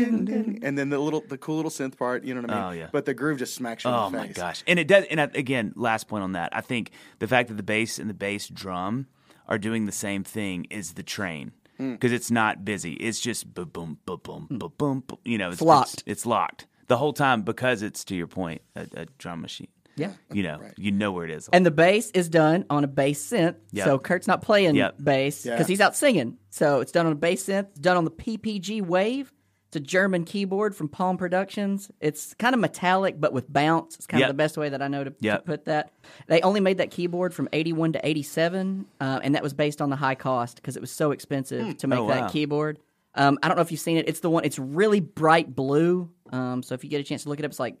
the little the cool little synth part. You know what I mean?
Oh, yeah.
But the groove just smacks you
Oh
in the
my
face.
gosh! And it does. And I, again, last point on that. I think the fact that the bass and the bass drum are doing the same thing is the train
Hmm.
because it's not busy. It's just boom, boom, boom, boom, boom, boom. boom. You know, it's,
locked.
It's, it's locked the whole time because it's to your point a, a drum machine.
Yeah.
You know, you know where it is.
And the bass is done on a bass synth.
Yep.
So Kurt's not playing
Yep.
bass because
Yeah.
he's out singing. So it's done on a bass synth, it's done on the PPG Wave. It's a German keyboard from Palm Productions. It's kind of metallic, but with bounce. It's kind
Yep.
of the best way that I know to, to
Yep.
put that. They only made that keyboard from 81 to 87, uh, and that was based on the high cost because it was so expensive to make
Oh,
that
wow.
keyboard. Um, I don't know if you've seen it. It's the one, it's really bright blue. Um, so if you get a chance to look it up, it's like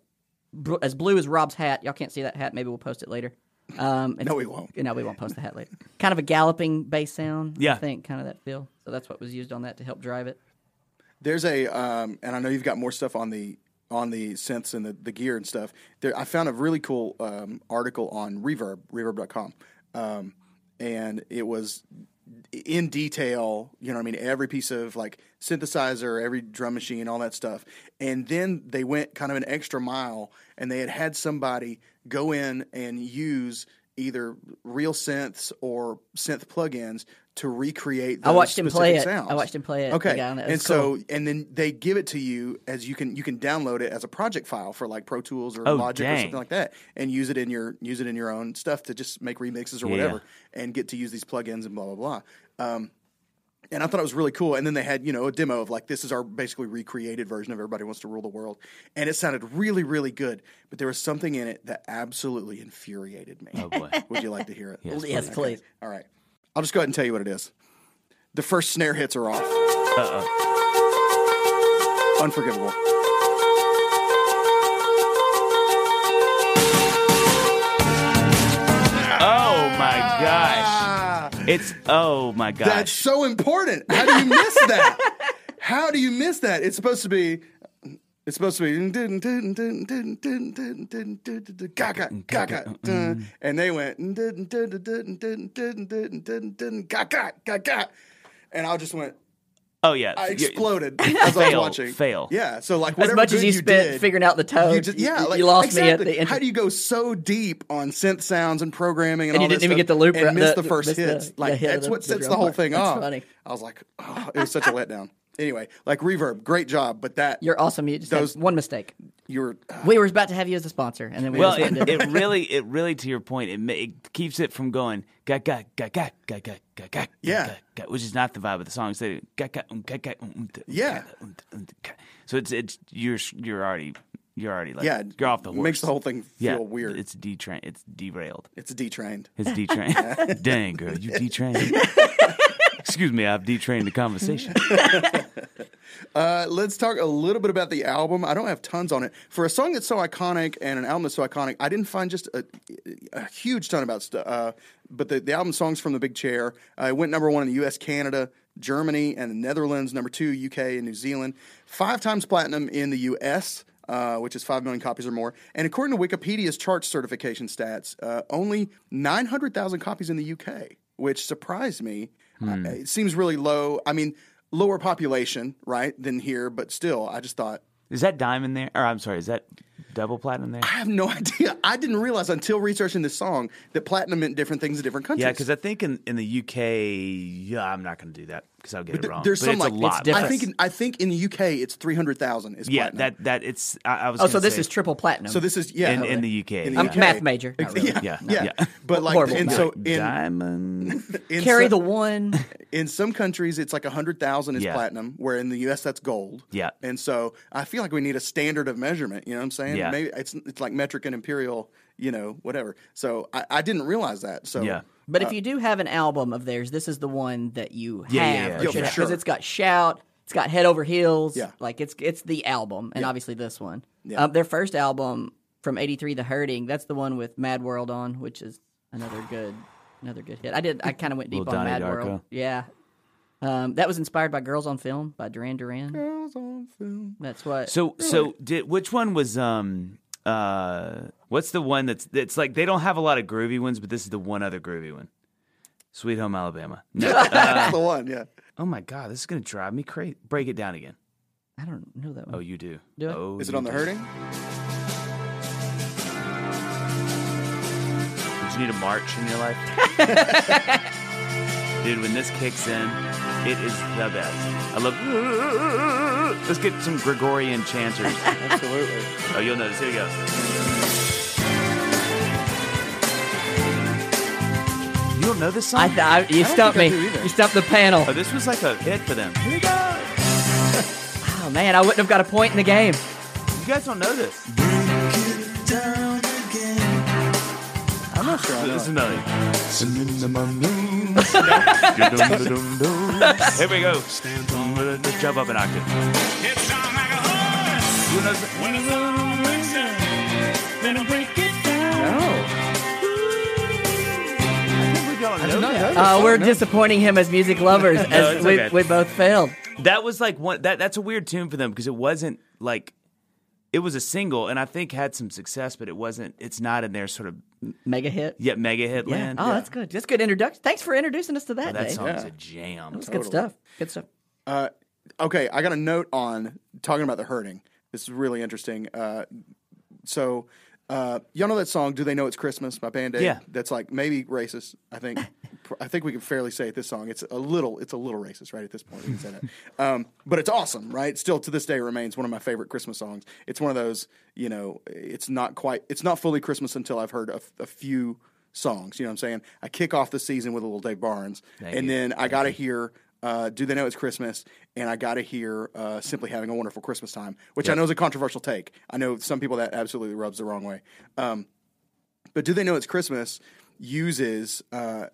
bl- as blue as Rob's hat. Y'all can't see that hat. Maybe we'll post it later. Um, it's-
No, we won't.
No, we won't post the hat later. Kind of a galloping bass sound.
Yeah.
I think kind of that feel. So that's what was used on that to help drive it.
There's a um, and I know you've got more stuff on the on the synths and the, the gear and stuff. There, I found a really cool um, article on Reverb, Reverb.com, um, and it was in detail. You know, what I mean, every piece of like synthesizer, every drum machine, all that stuff. And then they went kind of an extra mile, and they had had somebody go in and use either real synths or synth plugins to recreate. Those
I watched him play
specific
it. I
sounds.
watched him play it. The
Okay,
guy on that- it
and
was
so
cool.
and then they give it to you as you can you can download it as a project file for like Pro Tools or
Oh,
Logic or
dang.
something like that, and use it in your use it in your own stuff to just make remixes or
Yeah.
whatever, and get to use these plugins and blah blah blah. Um, and I thought it was really cool. And then they had you know a demo of like this is our basically recreated version of Everybody Wants to Rule the World, and it sounded really really good. But there was something in it that absolutely infuriated me.
Oh boy.
Would you like to hear it?
Yes, please.
All right, I'll just go ahead and tell you what it is. The first snare hits are off. Unforgivable.
Oh my
Ah.
gosh! It's oh my gosh!
That's so important. How do you miss that? How do you miss that? It's supposed to be. It's supposed to be gaga
Mm,
gaga, duh. and they went gaga gaga, and I just went.
oh yeah!
I
You-
exploded as I was
Fail,
watching.
fail.
Yeah. So like
As
whatever
much as
good
you
you
spent
did,
figuring out the tone,
you just, yeah,
Oh, you,
like,
you lost
exactly.
me at the end.
How do you go so deep on synth sounds and programming, and,
And you
all that
didn't even
stuff
get the loop
and
right-
miss
the-
the first
miss the-
hits?
the
like
hit of
that's
the-
what
the
sets the
drum
whole
part.
thing
That's
off.
funny.
I was like, oh, it was such a letdown. Anyway, like reverb, great job, but that
You're awesome. You just had
Those-
one mistake.
you were uh,
We were about to have you as a sponsor, and then we
Well,
just went
it,
and did
it really, it really, to your point, it, ma- it keeps it from going ga ga ga ga ga ga ga ga
Yeah.
ga, ga, which is not the vibe of the song. So ga ga um, ga ga um, um, da, um,
Yeah.
ga, da, um, da, um, da, ga. So it's it's you're you're already you're already like
yeah,
you're off the horse.
Makes the whole thing feel
yeah,
weird. It's,
It's detrained. It's derailed.
detrained.
It's detrained. Dang girl, you detrained. Excuse me, I've detrained the conversation.
Uh, let's talk a little bit about the album. I don't have tons on it. For a song that's so iconic and an album that's so iconic, I didn't find just a, a huge ton about stuff. Uh, but the, the album songs from the big chair. Uh, it went number one in the U.S., Canada, Germany, and the Netherlands. Number two, U.K. and New Zealand. Five times platinum in the U.S. Uh, which is 5 million copies or more. And according to Wikipedia's chart certification stats, uh, only 900,000 copies in the UK, which surprised me. Uh, it seems really low. I mean, lower population, right, than here, but still, I just thought,
Is that diamond there? Or I'm sorry, is that double platinum there?
I have no idea. I didn't realize until researching this song that platinum meant different things in different countries.
Yeah, because I think in, in the UK, yeah, I'm not going to do that because I'll get it
Th-
wrong.
there's
but
some
it's
like
a lot.
I
different.
think in, I think in the UK it's 300,000 is
Yeah,
platinum.
that that it's. I, I was.
Oh, so
gonna
this
say-
is triple platinum.
so this is yeah
In- in the UK,
In
I'm
yeah.
UK.
math major. Not really.
Yeah, yeah,
Yeah,
yeah.
yeah.
But like,
Horrible
and
math.
so in,
diamond.
in
Carry
so-
the one.
in some countries it's like 100,000 is
Yeah.
platinum where in the US that's gold.
Yeah.
And so I feel like we need a standard of measurement, you know what I'm saying?
Yeah.
Maybe it's it's like metric and imperial, you know, whatever. So I, I didn't realize that. So
Yeah.
But if you do have an album of theirs, this is the one that you have.
Yeah, yeah, yeah. Yeah,
Because
for
sure.
it's got Shout, it's got Head Over Heels.
Yeah.
Like it's it's the album, and obviously this one.
Yeah.
Um, their first album from '83, The Hurting. That's the one with Mad World on, which is another good another good hit. I did. I kind of went deep
Little
on
Donnie
Mad
Darko.
World. Yeah. Um, that was inspired by Girls on Film by Duran Duran.
Girls on something.
That's what.
So so did which one was um uh what's the one that's that's like they don't have a lot of groovy ones, but this is the one other groovy one. Sweet Home Alabama. No.
That's the one. Yeah.
oh my God, this is gonna drive me crazy. Break it down again.
I don't know that
Oh,
one.
you do.
Do I?
Oh,
Is it
you
on the
do.
herding?
Did you need a march in your life? Dude, when this kicks in, it is the best. I love. Let's get some Gregorian chanters.
Absolutely.
Oh, you'll notice. Here we go. You don't know this song?
I, th- I you stumped me.
think I do either.
You stumped the panel.
oh, this was like a hit for them. Here we go.
Oh man, I wouldn't have got a point in the game.
You guys don't know this.
I'm not sure. I know
This is
it.
another.
Slim-in-the-my-moon.
Here we go. Let's jump up an octave. Who knows?
Oh,
I think we don't know that.
Uh, we're disappointing him as music lovers, as
it's
we,
okay.
we both failed.
That was like one. That that's a weird tune for them because it wasn't like it was a single and I think had some success, but it wasn't. It's not in their sort of
Mega hit.
yet mega hit
Yeah.
land.
Oh, that's good. That's good introduction. Thanks for introducing us to that,
that
Dave.
song's
Yeah.
a jam.
That's good stuff. Good stuff.
Uh, okay, I got a note on talking about the hurting. This is really interesting. Uh, so, uh, y'all know that song? Do they know it's Christmas? By Band Aid.
Yeah.
That's like maybe racist. I think. I think we can fairly say it. This song. It's a little. It's a little racist, right? At this point, we can say that. Um, but it's awesome, right? Still to this day remains one of my favorite Christmas songs. It's one of those. You know, it's not quite. It's not fully Christmas until I've heard a, a few songs. You know what I'm saying? I kick off the season with a little Dave Barnes, and
you.
then and I got to hear uh, Do They Know It's Christmas? And I got to hear uh, Simply Having a Wonderful Christmas Time, which I know is a controversial take. I know some people that absolutely rubs the wrong way. Um, but Do They Know It's Christmas uses uh,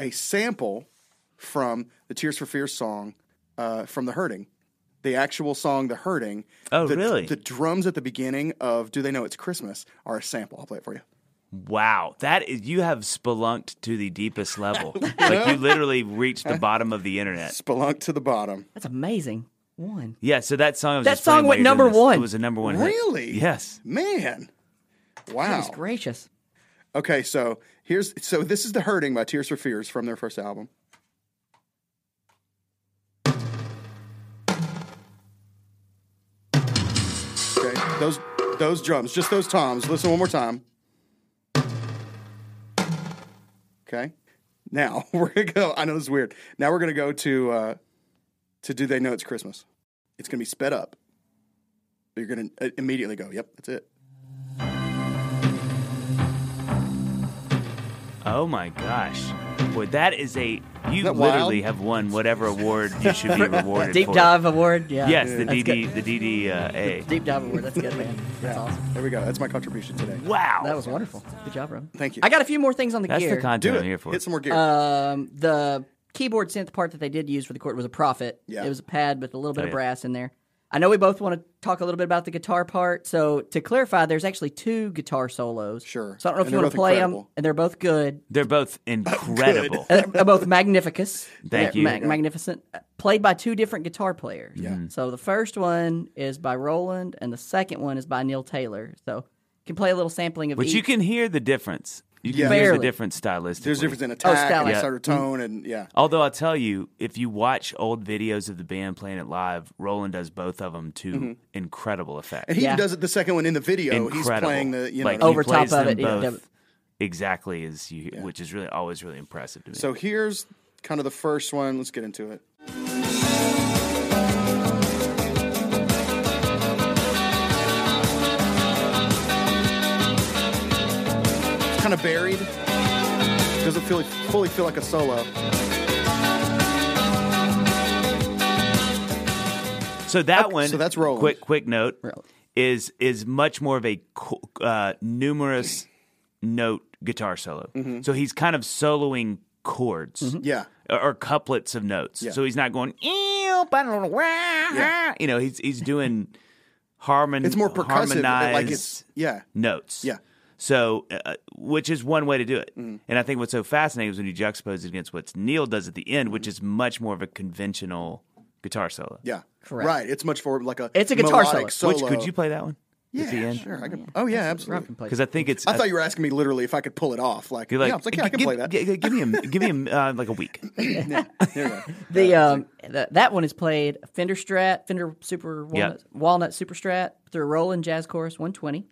a sample from the Tears for Fears song uh, from The Hurting. The actual song, The Hurting.
Oh,
the,
really?
The drums at the beginning of Do They Know It's Christmas are a sample. I'll play it for you.
Wow, that is you have spelunked to the deepest level. like you literally reached the bottom of the internet.
Spelunk to the bottom.
That's amazing. One.
Yeah, so that song I was
That
just playing
song
while
went
you were doing
number
this,
one.
It was a number one. hit.
Really?
Yes.
Man. Wow.
Goodness gracious.
Okay, so here's so this is the hurting by Tears for Fears from their first album. Okay, those those drums, just those toms. Listen one more time. Okay, now we're gonna go. I know this is weird. Now we're gonna go to uh, to Do They Know It's Christmas? It's gonna be sped up. You're gonna uh, immediately go. Yep, that's it.
Oh my gosh, boy, that is a you
that
literally
wild?
have won whatever award you should be rewarded
Deep
for.
dive award. Yeah.
Yes, the
That's
DD,
good.
the DD uh, A.
Deep dive award. That's good, man. That's awesome.
There we go. That's my contribution today.
Wow,
That was wonderful. Good job, Rob.
Thank you.
I got a few more things on the
That's
gear.
the content
Do
I'm
it.
here for.
Hit some more gear.
Um, the keyboard synth part that they did use for the chord was a profit.
Yeah.
It was a pad with a little bit
Oh,
of
yeah.
brass in there. I know we both want to talk a little bit about the guitar part. So to clarify, there's actually two guitar solos.
Sure.
So I don't know if
And
you
they're
want
both
to play them,
incredible.
and they're both good.
They're both incredible.
Uh, they're both magnificus.
Thank
Yeah,
you.
mag- magnificent. Uh, Played by two different guitar players. Yeah.
Mm-hmm.
So the first one is by Roland, and the second one is by Neil Taylor. So can play a little sampling of
But
each.
you can hear the difference. You can
Yeah.
hear the
Barely.
difference stylistically.
There's a difference
oh,
in attack,
style,
and
yeah.
Mm-hmm.
sort of tone, and yeah.
Although I'll tell you, if you watch old videos of the band playing it live, Roland does both of them to incredible effect.
And Mm-hmm. he
Yeah.
even does it the second one in the video. He's
incredible.
playing the you know.
like,
Over
he plays
top of
them
it, yeah,
both
dub-
exactly as you, which is really always really impressive to me.
so here's kind of the first one. Let's get into it. It's kind of buried. Doesn't feel fully feel like a solo.
So that
Okay,
one.
so that's Roland.
Quick, quick note
Roland.
is is much more of a co- uh, numerous note guitar solo.
Mm-hmm.
So he's kind of soloing chords
Yeah.
or, or couplets of notes.
Mm-hmm. Yeah.
So he's not going. "Ew, ba- da- da- wah," You know, he's he's doing harmon.
It's more percussive. Like
harmonized
it's yeah.
notes.
Yeah. Mm-hmm.
So, uh, which is one way to do it. And I think what's so fascinating is when you juxtapose it against what Neil does at the end, which is much more of a conventional guitar solo.
Mm-hmm. Yeah.
Correct.
Right. It's much for like a
It's a guitar
melodic
solo.
Which could you play that one?
Yeah, sure. I can, oh yeah, absolutely.
Can play-
Because I think it's. uh,
I thought you were asking me literally if I could pull it off. Like,
you're like,
yeah, I was like, yeah, I can
give,
play that.
gi- give me a, give me a, uh, like a week.
There you go.
The um th- that one is played Fender Strat, Fender Super Walnut, Walnut Super Strat through a Roland Jazz Chorus 120.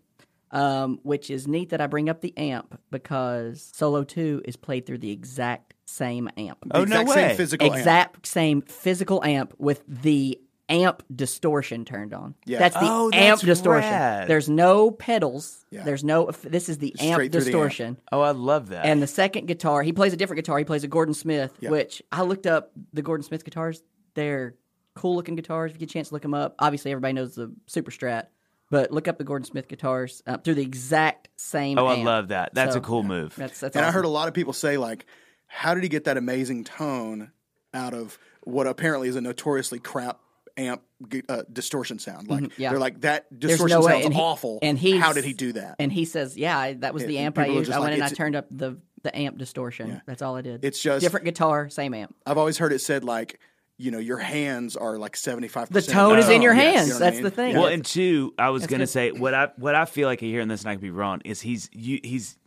Um, which is neat that I bring up the amp because Solo 2 is played through the exact same amp.
Oh no
exact
way!
same physical amp.
exact same physical amp with the amp distortion turned on.
Yeah.
That's the
Oh, that's
amp distortion.
rad.
There's no pedals.
Yeah.
There's no this is the amp
Straight through the amp.
distortion.
Oh, I love that.
And the second guitar, he plays a different guitar. He plays a Gordon Smith, which I looked up the Gordon Smith guitars. They're cool looking guitars. If you get a chance to look them up, obviously everybody knows the Super Strat, but look up the Gordon Smith guitars uh, through the exact same.
oh, I
amp.
love that. That's
So,
a cool move.
That's that's.
And I
awesome.
heard a lot of people say like, how did he get that amazing tone out of what apparently is a notoriously crap amp gu- uh, distortion sound? Like,
Mm-hmm, yeah.
they're like that
There's
distortion
no way.
sounds
And he-
awful.
and he's-
how did he do that?
And he says, "Yeah, I, that was the
and
amp I
people are
used.
just
I went
like,
and I
it's-
turned up the the amp distortion. That's all I did.
It's just-
different guitar, same amp.
I've always heard it said like, you know, your hands are like seventy five.
The tone is in your hands. That's the thing.
Well,
Yeah.
and two, I was going to
good.
say what I what I feel like I hear in this, and I could be wrong, is he's you, he's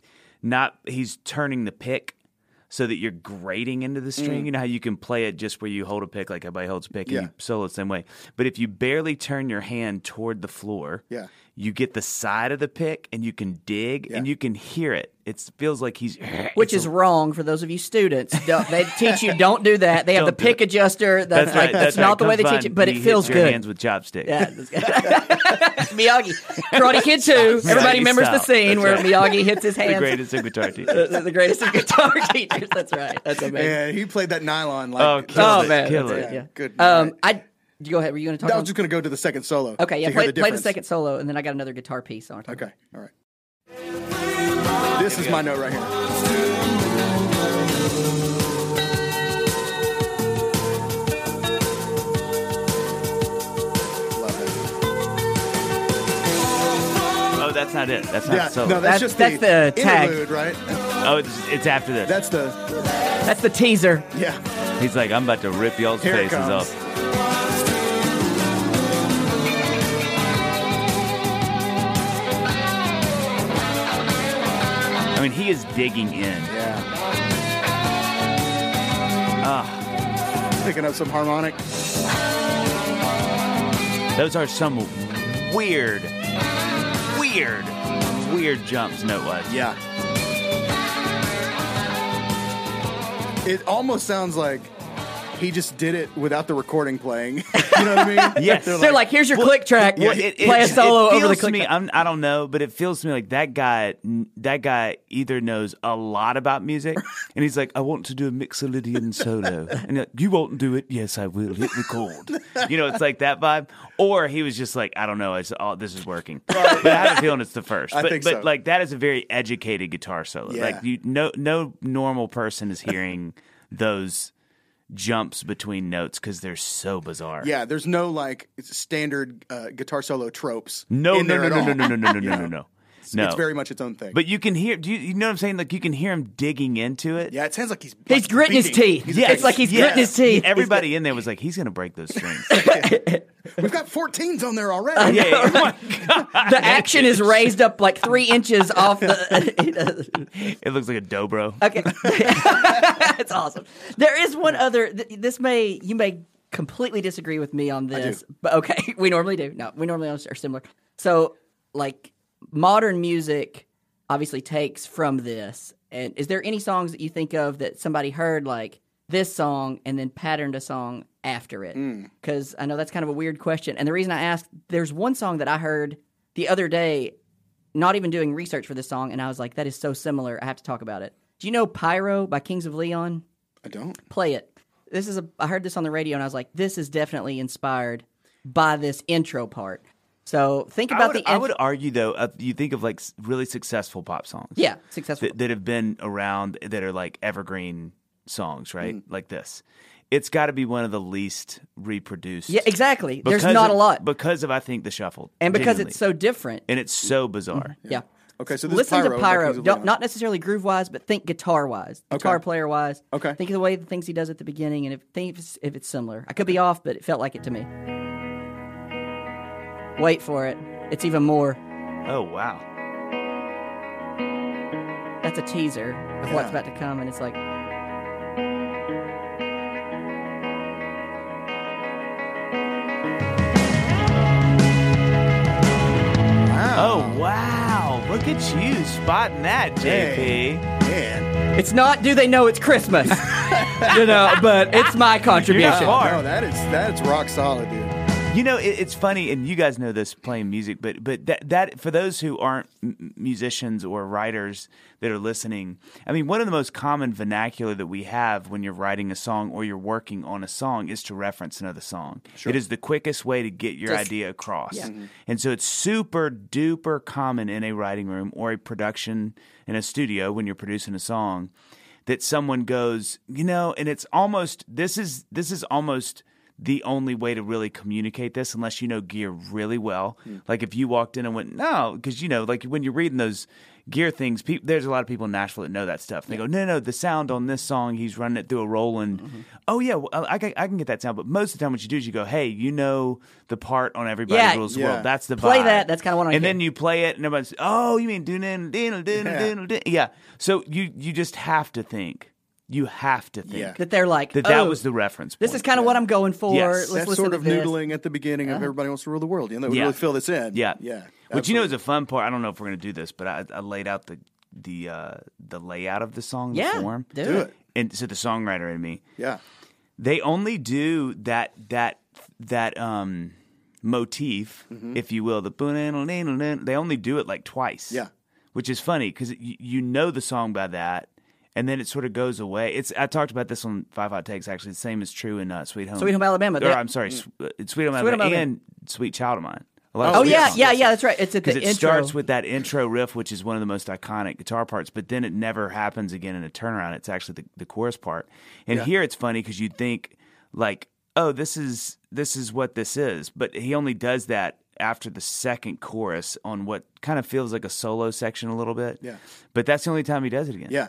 not he's turning the pick so that you're grading into the string. You know how you can play it just where you hold a pick, like everybody holds a pick,
Mm. Yeah.
and you solo the same way. But if you barely turn your hand toward the floor,
Yeah.
you get the side of the pick, and you can dig, and you can hear it. It feels like he's
Which
it's
is wrong for those of you students. Don't, they teach you don't do that. They have the pick adjuster. That's, like that's,
right.
not the way they
Kung
teach
Fu
it, but
you
it
hit
feels
Your
good.
hands with chopsticks.
Yeah, that's good. Miyagi, Karate Kid Two. Everybody
Miyagi
remembers the
style.
scene
That's
where
right.
Miyagi hits his
the
hands.
greatest of guitar teachers.
the, the greatest of guitar teachers. That's right. That's amazing.
Yeah, he played that nylon like.
Oh, kill
oh
it,
man,
kill
that's
it.
it, yeah.
Good.
Um, I you go ahead. Were you going to talk?
I
about-
was just going to go to the second solo.
Okay, yeah.
to hear
Play, play the
difference.
second solo, and then I got another guitar piece. I want to talk
Okay, all right. This is my note right here. Love
Oh, that's not it. That's
it.
not
Yeah,
solo.
no, that's,
That's-
just
that's
the,
the tag.
interlude, right?
oh, it's, it's after this.
That's the
about. That's the teaser.
yeah.
He's like, I'm about to rip y'all's
Here it
faces
comes.
off. I mean, he is digging in.
Yeah. Picking up some harmonic.
Those are some weird, weird, weird jumps note-wise.
Yeah. It almost sounds like he just did it without the recording playing. you know what I mean?
Yes.
They're
They're like, here's your click track.
Well, it-
play a
it-
solo
it
over the
feels to
click.
me.
track.
I'm, I don't know, but it feels to me like that guy. That guy either knows a lot about music, and he's like, "I want to do a Mixolydian solo," and you're like, you won't do it. Yes, I will. Hit record. You know, it's like that vibe. Or he was just like, "I don't know. It's all this is working." but I have a feeling it's the first.
I
but
think
but
so.
like that is a very educated guitar solo.
Yeah.
Like you, no no normal person is hearing those jumps between notes because they're so bizarre.
Yeah, there's no like standard uh, guitar solo tropes.
No,
in
no,
there
no,
at
no, no,
all.
no, no, no, no,
You
no, no,
know?
no.
It's,
No.
it's very much its own thing.
But you can hear. Do you, you know what I'm saying? Like you can hear him digging into it.
yeah, it sounds like he's
He's gritting his
beating.
teeth. Yeah, it's like he's gritting his teeth.
Everybody in there was like, "He's gonna break those strings."
We've got 14s on there already.
Yeah, yeah, yeah.
the action is raised up like three inches off the.
it looks like a dobro.
Okay, it's awesome. There is one other. Th- this may you may completely disagree with me on this, but okay, we normally do. No, we normally are similar. So, like modern music, obviously takes from this. And is there any songs that you think of that somebody heard like this song and then patterned a song after it? Because I know that's kind of a weird question. And the reason I ask, there's one song that I heard the other day not even doing research for this song, and I was like, that is so similar. I have to talk about it. Do you know Pyro by Kings of Leon?
I don't.
Play it. This is a. I heard this on the radio, and I was like, this is definitely inspired by this intro part. So think
I
about
would,
the.
I
int-
would argue though, uh, you think of like s- really successful pop songs.
yeah, successful.
that, that have been around that are like evergreen songs,
Mm.
right? Like this. It's got to be one of the least reproduced.
yeah, exactly. There's
because
not
of-
a lot,
because of I think the shuffle
and because
genuinely.
it's so different.
and it's so bizarre.
yeah.
Okay, so this
Listen
is pyro.
to
like
Pyro,
he's
Don't,
laying
not necessarily groove wise, but think guitar wise, guitar player wise.
Okay.
Think of the way the things he does at the beginning, and if think if it's, if it's similar. I could be off, but it felt like it to me. Wait for it. It's even more.
Oh wow.
That's a teaser of what's about to come, and it's like.
Oh wow. Look at you spotting that, JP.
Man,
It's not do they know it's Christmas? you know, but it's my contribution.
far.
no, that is that's rock solid, dude.
You know, it, it's funny, and you guys know this playing music, but but that that for those who aren't m- musicians or writers that are listening, I mean, one of the most common vernacular that we have when you're writing a song or you're working on a song is to reference another song. It is the quickest way to get your idea across, and so it's super duper common in a writing room or a production in a studio when you're producing a song that someone goes, you know, and it's almost this is this is almost the only way to really communicate this unless you know gear really well.
Hmm.
Like if you walked in and went, no, because you know, like when you're reading those gear things, peop there's a lot of people in Nashville that know that stuff. They go, no, no, the sound on this song, he's running it through a Roland.
Mm-hmm.
Oh yeah, well, I, I can- I can get that sound. But most of the time, what you do is you go, hey, you know the part on Everybody
Yeah.
Rules the
Yeah.
World. That's the
Play
vibe.
that. That's kinda what I
And
get.
then you play it, and everybody's, oh, you mean doodle doodle doodle
Yeah.
doodle. Yeah. So you you just have to think. You have to think
Yeah.
That they're like,
that that
"Oh,
was the reference.
This
point.
is kind of what I'm going for.
Yes.
Let's listen
that sort
to
of
this.
noodling at the beginning of everybody wants to rule the world. You know, we
Uh-huh. Yeah.
really fill this in.
yeah
yeah.
What you know is a fun part. I don't know if we're gonna do this, but I, I laid out the the uh, the layout of the song, the
Yeah,
form,
do
Do it.
and so the songwriter in me.
Yeah,
They only do that that that um motif,
Mm-hmm.
if you will. The boon-a-na-na-na-na. they only do it like twice.
Yeah.
which is funny because you, you know the song by that. And then it sort of goes away. It's I talked about this on Five Hot Takes. Actually, the same is true in uh, Sweet Home.
Sweet Home Alabama.
Or,
That- Mm.
I'm sorry, Sw- uh, Sweet Home
Sweet
Alabama
Home Alabama.
and Sweet Child of Mine. A lot of
Oh,
Sweet
yeah,
songs
yeah, yeah. That's right. It's at the
because it
intro.
starts with that intro riff, which is one of the most iconic guitar parts, but then it never happens again in a turnaround. It's actually the, the chorus part. And here it's funny because you think like, oh, this is this is what this is, but he only does that after the second chorus on what kind of feels like a solo section a little bit.
Yeah.
But that's the only time he does it again.
yeah.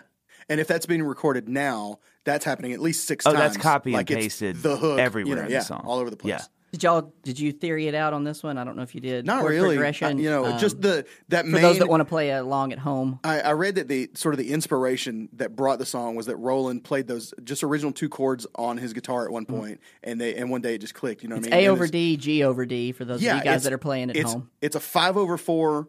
And if that's being recorded now, that's happening at least six
Oh,
times.
that's copy and
like it's
pasted
the hook
everywhere
you know,
in the
yeah,
song.
all over the place.
Yeah.
Did y'all did you theory it out on this one? I don't know if you did.
Not
Chord
really.
Progression.
I- you know,
um,
just the that
for
main.
those that want to play along at home.
I, I read that the sort of the inspiration that brought the song was that Roland played those just original two chords on his guitar at one
Mm-hmm.
point, and they and one day it just clicked. You know what I mean?
A
And
over
it's-
D, G over D for those of you
it's-
guys that are playing at
it's,
home. Mm-hmm.
It's a five over four,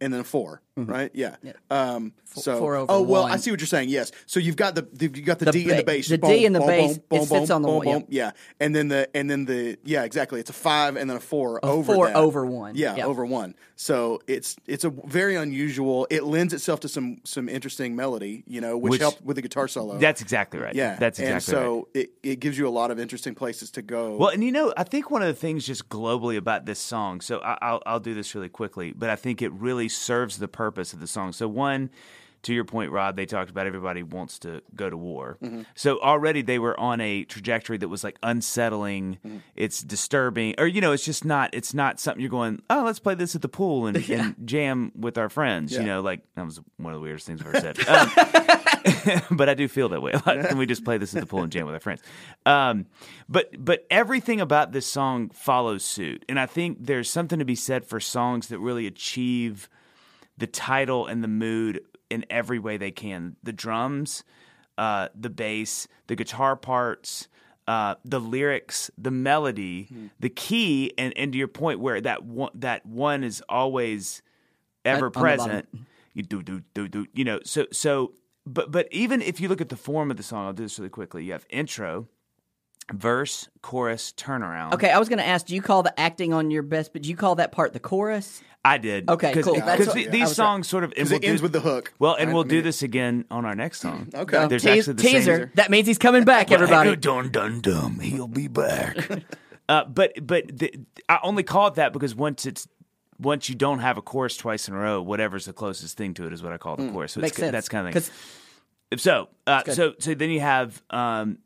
and then a 4 right? Yeah. Um, so
four over
oh well, I
one.
see what you're saying. Yes. So you've got the, the you got the,
The
D in the
ba-
bass.
the D in the bass, it sits on the wall, yeah.
Yeah. And then the and then the yeah exactly. It's a five and then a four over
four
that.
over one.
Yeah,
Yeah.
over one. So it's it's a very unusual. It lends itself to some some interesting melody, you know, which,
Which-
helped with the guitar solo.
That's exactly right.
yeah.
That's exactly
and
right.
so it it gives you a lot of interesting places to go.
Well, and you know, I think one of the things just globally about this song. So I, I'll I'll do this really quickly, but I think it really serves the purpose of the song. So one, to your point, Rob, they talked about everybody wants to go to war. So already they were on a trajectory that was like unsettling. It's disturbing, or you know, it's just not. It's not something you're going. Oh, let's play this at the pool and, and jam with our friends. You know, like that was one of the weirdest things I've ever said. Um, but I do feel that way a lot. Can we just play this at the pool and jam with our friends? Um, but but everything about this song follows suit, and I think there's something to be said for songs that really achieve the title and the mood in every way they can. The drums, uh, the bass, the guitar parts. Uh, the lyrics, the melody,
Hmm.
the key, and, and to your point, where that one, that one is always ever
At- on the bottom.
present. You do do do do. You know, so so. But but even if you look at the form of the song, I'll do this really quickly. You have intro, verse, chorus, turnaround.
Okay, I was going to ask, do you call the acting on your best, but do you call that part the chorus?
I did.
Okay, cool. That's
Because
what-
the-
yeah. I
these
was right.
songs sort of and
because it
we'll
ends
do-
with the hook.
Well, and
I
we'll
mean,
do this again on our next song.
Okay.
Uh, There's
Um, Teas-
actually the same-
teaser. That means he's coming back, everybody.
Dun dun dum. He'll be back. uh, but but the, I only call it that because once it's once you don't have a chorus twice in a row, whatever's the closest thing to it is what I call the chorus. So
Mm, Makes
it's,
sense.
That's kind of thing.
'Cause-
So uh, so so then you have um,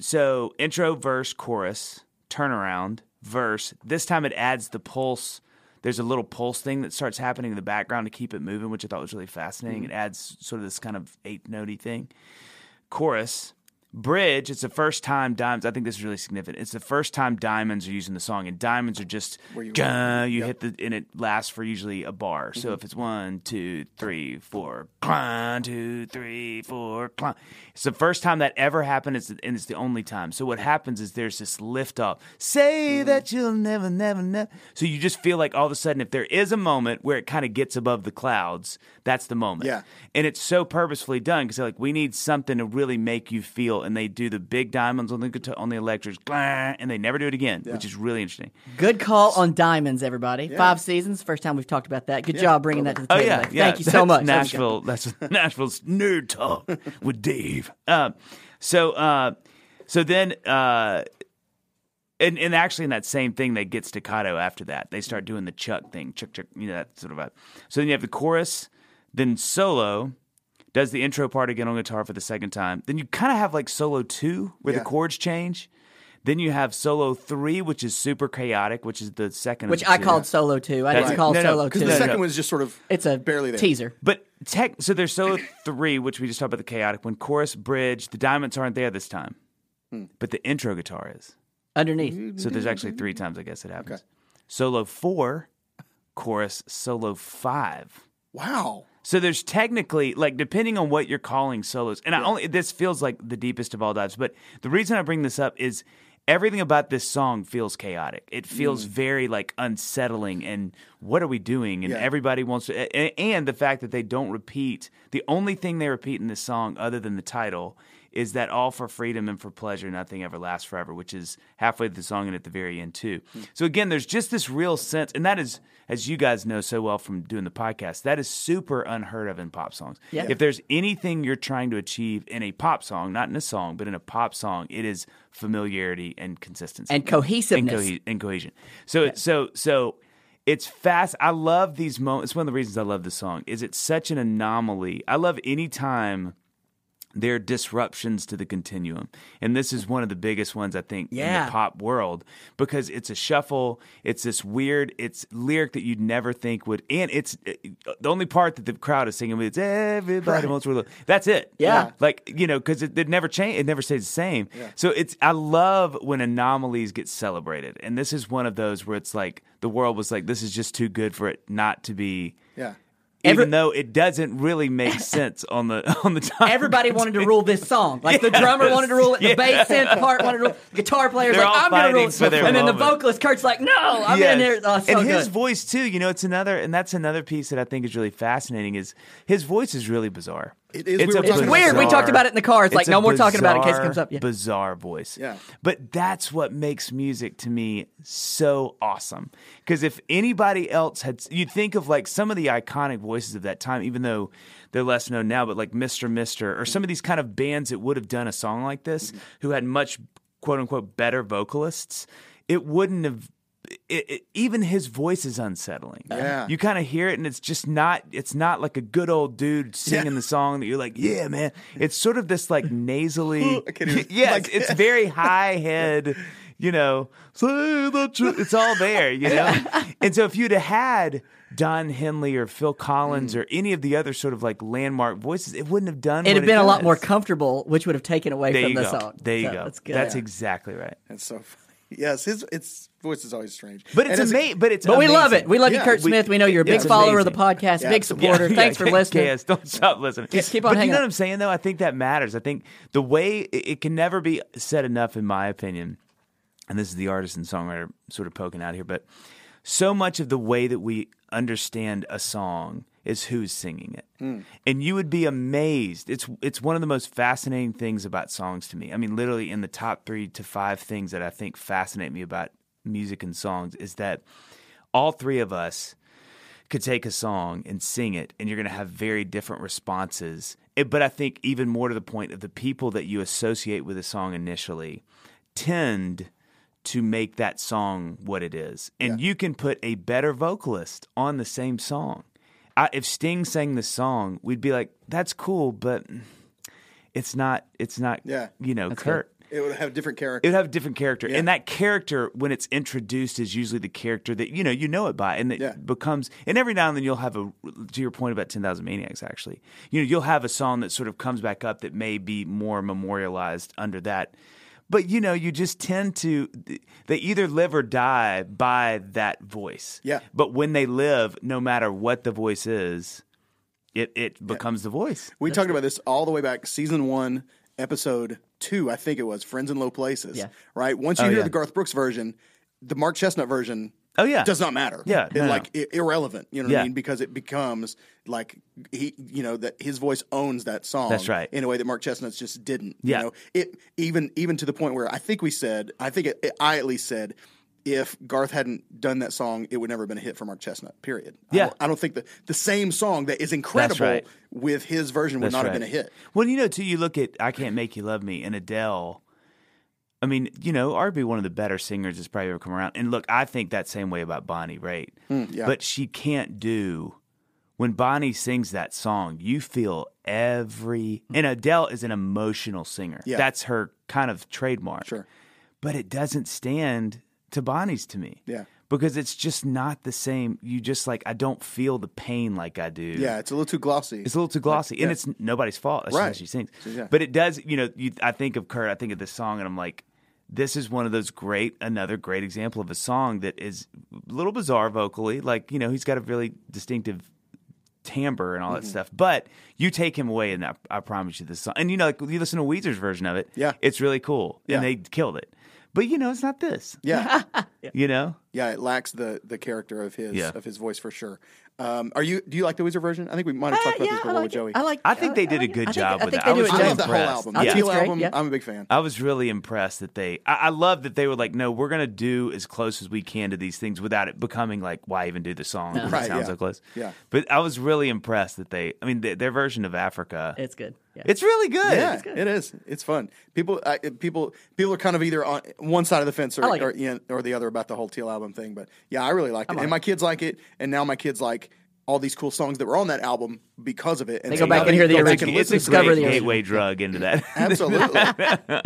so intro verse chorus turnaround verse. This time it adds the pulse there's a little pulse thing that starts happening in the background to keep it moving, which I thought was really fascinating. It adds sort of this kind of eighth notey thing. Chorus. Bridge, it's the first time Diamonds, I think this is really significant. It's the first time Diamonds are using the song, and Diamonds are just, you, you hit the, and it lasts for usually a bar. So if it's one, two, three, four, climb, two, three, four, climb. It's the first time that ever happened, it's, and it's the only time. So what happens is there's this lift up. Say that you'll never, never, never. So you just feel like all of a sudden, if there is a moment where it kind of gets above the clouds, that's the moment.
Yeah.
And it's so purposefully done because like, we need something to really make you feel. And they do the big diamonds on the guitar, on the electrics, glah, and they never do it again, which is really interesting.
Good call on diamonds, everybody. Five seasons. First time we've talked about that. Good job bringing that to the
Oh
table.
yeah,
Lex.
yeah.
Thank you so
That's
much. That was good.
Nashville. That's Nashville's nerd talk with Dave. Um, so, uh, so then, uh, and and actually in that same thing, they get staccato after that. They start doing the chuck thing, chuck chuck. You know that sort of vibe. So then you have the chorus, then solo. Does the intro part again on guitar for the second time. Then you kind of have like solo two, where
Yeah.
the chords change. Then you have solo three, which is super chaotic, which is the second. of
Which
the
I
two.
called solo two. I didn't
Right.
call
No, no,
solo
'cause
two.
Because the
No, no,
second
no.
one's just sort of
it's a
barely there.
teaser.
But tech, so there's solo three, which we just talked about the chaotic one, chorus, bridge. The diamonds aren't there this time, but the intro guitar is.
underneath.
So there's actually three times I guess it happens. Solo four, chorus, solo five.
Wow.
So there's technically like depending on what you're calling solos, and I only this feels like the deepest of all dives. But the reason I bring this up is everything about this song feels chaotic. It feels very like unsettling, and what are we doing? And
Yeah.
everybody wants to, a- a- and the fact that they don't repeat. The only thing they repeat in this song, other than the title, is that all for freedom and for pleasure, nothing ever lasts forever, which is halfway through the song and at the very end, too.
Hmm.
So, again, there's just this real sense, and that is, as you guys know so well from doing the podcast, that is super unheard of in pop songs.
Yeah.
If there's anything you're trying to achieve in a pop song, not in a song, but in a pop song, it is familiarity and consistency
And cohesiveness.
and, cohe- and cohesion. So it so so it's fast. I love these moments. It's one of the reasons I love this song. Is it's such an anomaly. I love any time there are disruptions to the continuum, and this is one of the biggest ones I think in
Yeah.
the pop world because it's a shuffle. It's this weird. It's lyric that you'd never think would, and it's uh, the only part that the crowd is singing with. It's everybody wants to. look." That's it.
Yeah. Yeah.
Like, you know, because it, it never change, it never stays the same. So it's, I love when anomalies get celebrated. And this is one of those where it's like, the world was like, this is just too good for it not to be.
Yeah.
Even
Every-
though it doesn't really make sense on the on the time,
Everybody wanted to rule this song. Like the drummer wanted to rule it, the bass synth part wanted to rule. it, Guitar player's
They're
like,
all
I'm gonna rule
fighting
it,
for their
and then the
moment.
vocalist Kurt's like, No, I'm in there.
Yes.
Oh, so
and his
good.
voice too. You know, it's another, and that's another piece that I think is really fascinating. Is his voice is really bizarre.
It is. We
It's, a
were talking
about It's weird. We
bizarre-
talked about it in the car. It's like,
a
no more talking about it in case it comes
bizarre,
up. Yeah.
Bizarre voice.
Yeah.
But that's what makes music to me so awesome. Because if anybody else had, you'd think of like some of the iconic voices of that time, even though they're less known now, but like Mr. Mister or some of these kind of bands that would have done a song like this
Mm-hmm.
who had much quote unquote better vocalists, it wouldn't have. It, it- even his voice is unsettling.
Yeah.
You kind of hear it, and it's just not. It's not like a good old dude singing the song that you're like, yeah, man. It's sort of this like nasally.
I can't even-
yeah,
like-
it's, it's very high head. You know, say the truth. It's all there. You know, and so if you'd have had Don Henley or Phil Collins
Hmm.
or any of the other sort of like landmark voices, it wouldn't have done.
It'd
what
have been
it
a lot more
does.
comfortable, which would have taken away
There
from
you
the
go.
song.
There you
So
go.
That's good.
That's exactly right.
It's so funny. Yes, his its voice is always strange.
But it's,
And
ama- but it's
but we love
amazing.
it. We love you,
Yeah,
Kurt
we-
Smith. We know you're a
yeah,
big
it's
follow of the
amazing.
podcast,
Yeah,
big
absolutely.
supporter.
Yeah,
Thanks
yeah,
for listening.
KS, don't stop listening.
Just keep on
But you
hanging
know
out.
what I'm saying, though? I think that matters. I think the way it it can never be said enough, in my opinion, and this is the artist and songwriter sort of poking out here, but so much of the way that we understand a song is who's singing it. And you would be amazed. It's it's one of the most fascinating things about songs to me. I mean, literally in the top 3 to 5 things that I think fascinate me about music and songs is that all three of us could take a song and sing it, and you're going to have very different responses. It, but I think even more to the point of the people that you associate with a song initially tend to make that song what it is. And you can put a better vocalist on the same song. I, if Sting sang the song, we'd be like, "That's cool," but it's not. It's not.
Yeah.
you know, Kurt.
It would have different character.
It would have a different character, and that character, when it's introduced, is usually the character that you know you know it by, and it
Yeah.
becomes. And every now and then you'll have a. To your point about Ten Thousand Maniacs, actually, you know you'll have a song that sort of comes back up that may be more memorialized under that. But you know, you just tend to they either live or die by that voice.
Yeah.
But when they live, no matter what the voice is, it it becomes the voice.
We talked about this all the way back, season one, episode two, I think it was, Friends in Low Places.
Yeah.
Right? Once you
Oh,
hear
yeah.
the Garth Brooks version, the Mark Chestnut version
Oh yeah.
does not matter.
Yeah,
It,
no, no.
like i- irrelevant. You know what
Yeah.
I mean? Because it becomes like he, you know, that his voice owns that song.
That's right.
In a way that Mark Chestnut's just didn't.
Yeah.
You know, it even even to the point where I think we said, I think it, I at least said. If Garth hadn't done that song, it would never have been a hit for Mark Chestnut. Period. I
Yeah.
don't- I don't, think the the same song that is incredible
right.
with his version would
That's
not
right.
have been a hit.
Well, you know, too, you look at I Can't Make You Love Me and Adele. I mean, you know, arguably one of the better singers that's probably ever come around. And look, I think that same way about Bonnie Raitt.
Mm, yeah.
But she can't do when Bonnie sings that song, you feel every and Adele is an emotional singer.
Mm. Yeah.
That's her kind of trademark.
Sure.
But it doesn't stand to Bonnie's to me.
Yeah.
Because it's just not the same. You just like I don't feel the pain like I do.
Yeah, it's a little too glossy.
It's a little too glossy, and it's nobody's fault. That's just how
Right.
she sings.
Yeah.
But it does, you know. You, I think of Kurt. I think of this song, and I'm like, this is one of those great, another great example of a song that is a little bizarre vocally. Like, you know, he's got a really distinctive timbre and all
Mm-hmm.
that stuff. But you take him away, and I, I promise you, this song. And you know, like you listen to Weezer's version of it.
Yeah.
it's really cool,
Yeah.
and they killed it. But you know, it's not this.
yeah,
You know,
yeah, it lacks the the character of his
Yeah.
of his voice for sure. Um, are you? Do you like the Weezer version? I think we might have
Uh,
talked about
yeah,
this
I
before
like
with
it.
Joey.
I like.
I think they did a good
I think-
job
I
with
think
that.
they
I
do
was
a
I
good
really
love the whole
impressed.
album.
I
The
think
Teal
it's great,
album,
yeah.
I'm a big fan.
I was really impressed that they. I, I love that they were like, no, we're gonna do as close as we can to these things without it becoming like, why even do the song? 'Cause
Right,
it sounds
yeah.
so close.
Yeah.
But I was really impressed that they. I mean, th- their version of Africa.
It's good. Yeah.
It's really good.
Yeah, it is. It's fun. People, I, people, people are kind of either on one side of the fence or
like
or,
it.
you know, or the other about the whole Teal album thing. But yeah, I really liked it, and my kids like it, and now my kids like all these cool songs that were on that album because of it. And
They
so
go
now
back and
they
hear the
go back
It's,
and
original.
it's
listen
a
to
Discover
great
the original.
gateway drug into that.
Absolutely.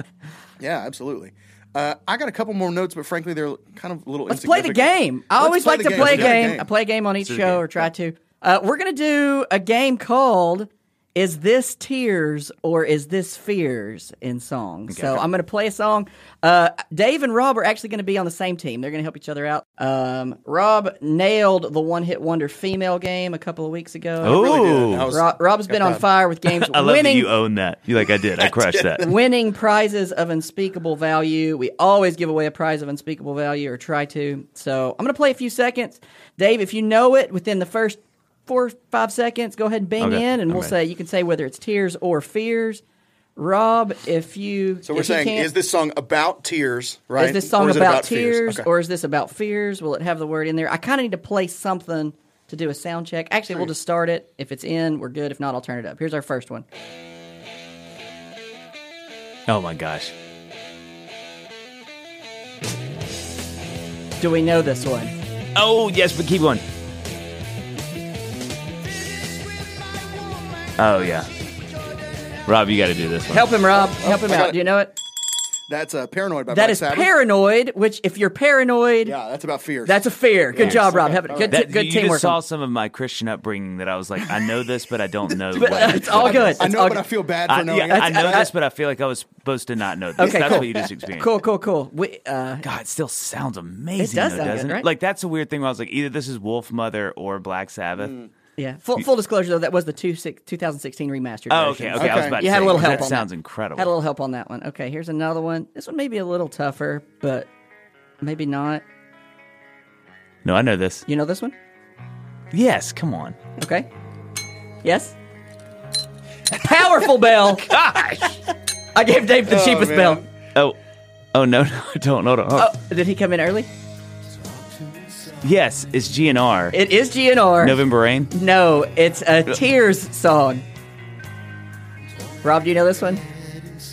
yeah, absolutely. Uh, I got a couple more notes, but frankly, they're kind of a little.
Let's play the game. I always like to play a game. I play a game on each
do the
show
game.
or try to. Uh, we're going to do a game called Is This Tears or Is This Fears in song. So I'm going to play a song. Uh, Dave and Rob are actually going to be on the same team. They're going to help each other out. Um, Rob nailed the one hit wonder female game a couple of weeks ago.
Oh,
I was-
Rob, Rob's been on fire with games
I love that
winning
you own that. You like I did. I crushed that.
winning prizes of unspeakable value. We always give away a prize of unspeakable value or try to. So I'm going to play a few seconds. Dave, if you know it within the first four, five seconds, go ahead and bing
Okay.
in and we'll
All right.
say, you can say whether it's tears or fears. Rob, if you.
So we're saying, is this song about tears? Right?
Is this song
Or is it
about,
fears?
tears,
Okay.
or is this about fears? Will it have the word in there? I kind of need to play something to do a sound check. Actually, we'll just start it. If it's in, we're good. If not, I'll turn it up. Here's our first one.
Oh my gosh.
Do we know this one?
Oh yes, but keep going. Oh yeah, Rob, you got to do this one.
Help him, Rob. Help him
Oh, I got
out.
it.
Do you know it?
that's uh, paranoid by
That
Black
is
Sabbath.
paranoid. Which, if you're paranoid,
yeah, that's about fears.
that's a fear. Good job, Rob. Have it. Good,
That,
good
you
teamwork.
just saw some of my Christian upbringing that I was like, I know this, but I don't know.
But,
what
uh, it's all good.
I
It's
know,
all
but
good.
I feel bad for
I,
knowing.
yeah, I
it.
know this, but I feel like I was supposed to not know this.
Okay,
That's
cool.
what you just experienced.
Cool, cool, cool. We, uh,
God, it still sounds amazing,
does
though,
sound good,
doesn't
right?
it? Like that's a weird thing. Where I was like, either this is Wolf Mother or Black Sabbath.
Mm. yeah. Full, full disclosure, though, that was the two, six, 2016 remastered.
Oh,
version.
okay, okay, I was
Okay.
about to
You had a
say,
little help
That
on
sounds
that.
incredible.
Had a little help on that one. Okay, here's another one. This one may be a little tougher, but maybe not.
no, I know this.
You know this one?
Yes, come on.
Okay. Yes. Powerful bell. I gave Dave the cheapest
man.
bell.
Oh, oh no, no, I don't. Hold on. hold on.
Oh, did he come in early?
Yes, it's GNR.
It is GNR.
November Rain.
No, it's a Tears song. Rob, do you know this one?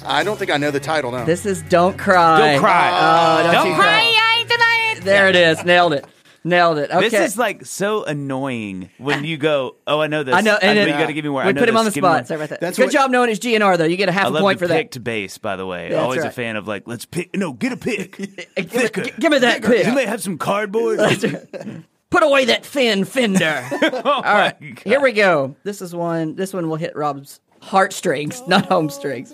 I don't think I know the title now.
This is Don't Cry.
Don't cry.
Oh, don't,
Don't
you
cry,
There it is. Nailed it. Nailed it. Okay.
This is like so annoying when you go, oh, I know this.
I know, and
I,
it-
you got to give me more.
we
I know
put him
this.
on the
Give me more.
spot. Sorry about that.
That's
Good
what-
job knowing it's GNR though. You get a half
I
a
love
point
the
for that.
picked bass, by the way.
that's
Always a
right.
fan of like, let's pick. No, get a pick.
Give me-
Thicker.
gi- give me that pick.
You may have some cardboard. Oh,
Put away that thin fender.
All
All right, here we go. This is one. This one will hit Rob's heartstrings, not home strings.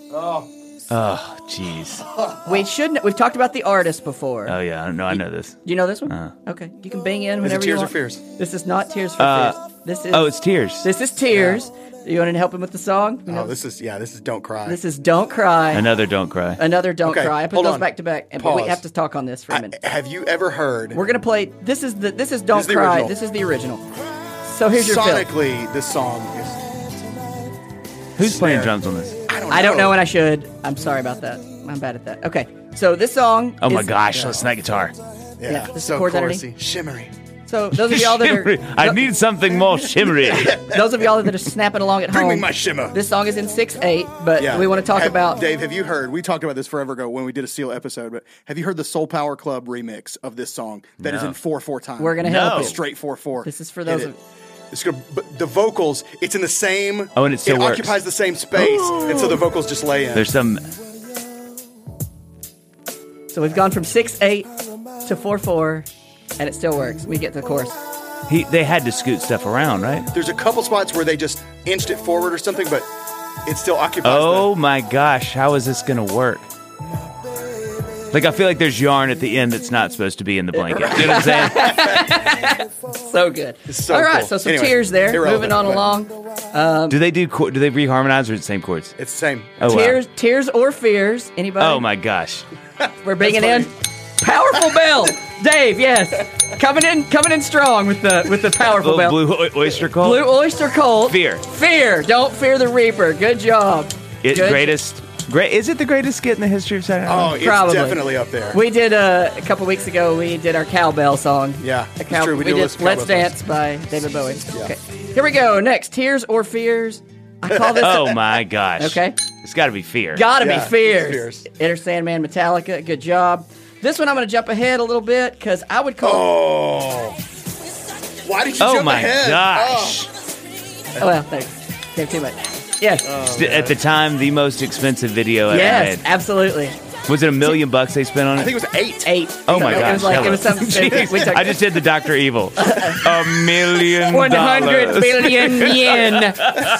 Oh, jeez.
We shouldn't. We've talked about the artist before.
Oh yeah. I know. I know this.
Do you know this one? okay, you can bang
Uh.
in
Is
whenever
it Tears
you
or
want.
Fears?
This is not Tears for
Uh,
Fears. This is.
Oh, it's tears.
this is Tears. You want to help him with the song? No.
Oh, this is yeah. This is don't cry.
This is Don't Cry.
Another don't cry.
Another Don't
Okay,
Cry. I put
hold
those
on.
back to back, and- but we
Pause.
have to talk on this for a
I,
minute.
have you ever heard?
We're gonna play. This is the. This is Don't
is the
Cry.
original.
This is the original. So here's your fill.
sonically, this song is.
Who's playing drums on this?
I don't.
I don't know
Know
when I should. I'm sorry about that. I'm bad at that. Okay. So this song.
Oh my
is-
gosh, listen to that guitar.
yeah, this is
so
chords
chorusy,
underneath.
shimmery.
So those of y'all that
Shimmery.
are
I need something more shimmery.
those of y'all that are snapping along at
Bring
home.
me my shimmer.
This song is in six eight, but
Yeah.
we want to talk
Have-
about
Dave. Have you heard? We talked about this forever ago when we did a Seal episode. But have you heard the Soul Power Club remix of this song that is in four four time?
We're gonna help
No.
you.
Straight
straight four four.
This is for those
Hit
of-
it. It's gonna, but the vocals. It's in the same.
Oh, and it still
it
works.
occupies the same space, and so the vocals just lay in.
There's some.
So we've gone from six eight to four four, and it still works. We get to the chorus.
He, they had to scoot stuff around, right?
There's a couple spots where they just inched it forward or something, but it still occupies.
Oh my gosh, how is this gonna work? Like I feel like there's yarn at the end that's not supposed to be in the blanket. You know what I'm saying?
So good.
It's so
All right.
cool.
So some
Anyway,
tears there.
irrelevant,
Moving on
but- oh,
along.
Do they do chor- do they reharmonize or the same chords?
the, it's the same.
Oh wow.
tears, tears or fears. Anybody?
Oh my gosh.
We're bringing in powerful bell. Dave, yes, coming in, coming in strong with the with the powerful
Little
bell.
blue o- oyster cult.
Blue oyster cult.
Fear.
Fear. Don't fear the reaper. Good job.
It,
Good.
greatest. Great. Is it the greatest skit in the history of Saturday Night?
Oh,
Live?
it's
Probably.
definitely up there.
We did uh, a couple weeks ago. We did our cowbell song.
Yeah,
a
it's
cow-
true, we
We,
do a
did
list of
"Let's
cowbell
Dance"
songs.
by David Bowie. Okay, here we go. Next, tears or fears. I call this.
Oh my gosh.
Okay.
It's got to be fear.
Gotta
Yeah,
be fears.
Fears.
Inner Sandman, Metallica. Good job. This one I'm going to jump ahead a little bit because I would call.
Oh. Why did you
Oh
jump
my
ahead?
gosh.
Oh, well, thanks. Gave too much. Yes.
Oh,
It's the- At the time, the most expensive video ever
yes,
made.
absolutely.
Was it a million bucks they spent on
I
it?
think it was eight.
Eight.
Oh my
It
gosh!
was like
hello.
it was something.
Jeez,
we took
I just did the Doctor Evil. A million
one hundred
dollars.
billion yen.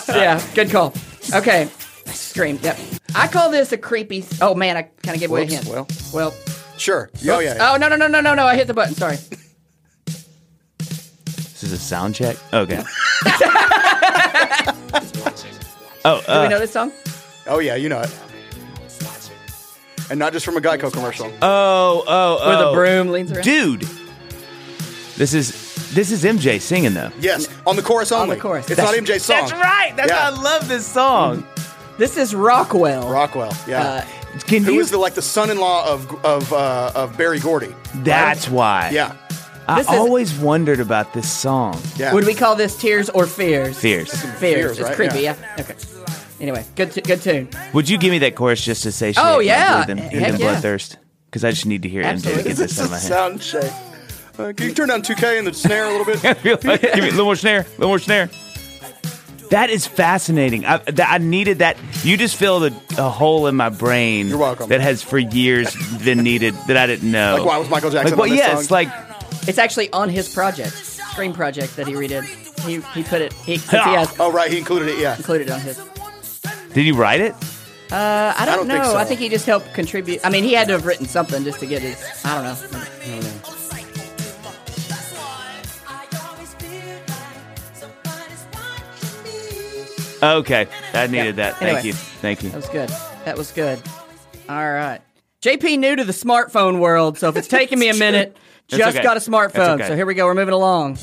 yeah, good call. Okay, scream. Yep. I call this a creepy. Oh man, I kind of gave away a
Whoops,
hint.
well.
well.
Sure. Oh yeah. yeah.
Oh no no no no no no! I hit the button. Sorry.
This is a sound check. Okay. oh,
Do we
uh,
know this song?
Oh yeah. You know it. And not just from a Geico commercial.
oh, oh, oh!
Where the broom leans around.
dude. This is this is MJ singing though.
yes, on the chorus only.
the chorus.
It's
That's-
not MJ's song.
That's right. That's
Yeah.
why I love this song.
This is Rockwell.
Rockwell. Yeah.
Uh,
Can
Who
you?
is the like the son-in-law of of uh, of Barry Gordy?
that's why.
Yeah.
I
This is-
always wondered about this song.
Yeah.
Would we call this tears or fears?
Fierce.
Fears.
Fears,
it's
right?
creepy.
Yeah.
Yeah. Okay. Anyway, good t- good tune.
Would you give me that chorus just to say?
Oh, yeah.
Than,
Heck
than
yeah.
bloodthirst. Because I just need to hear MJ to
Absolutely.
get this out of my head.
sound check. Uh, can you turn down 2K and the snare a little bit?
Give me a little more snare, a little more snare. That is fascinating. I, that, I needed that. You just filled a, a hole in my brain.
You're welcome.
That has for years been needed that I didn't know.
Like why was Michael Jackson
Like, well,
on this
yeah,
song?
it's like
It's actually on his project, Scream project that he redid. He he put it. He, since he has
oh right, he included it. Yeah.
included it on his.
did you write it?
Uh, I don't,
don't
know.
think so.
I think he just helped contribute. I mean, he had to have written something just to get his. I don't know.
Okay, I needed
Yeah.
that.
Anyway.
Thank you, thank you.
That was good. That was good. All right. JP new to the smartphone world, so if it's taking me a minute,
That's
just
okay.
got a smartphone.
That's okay.
So here we go. We're moving along.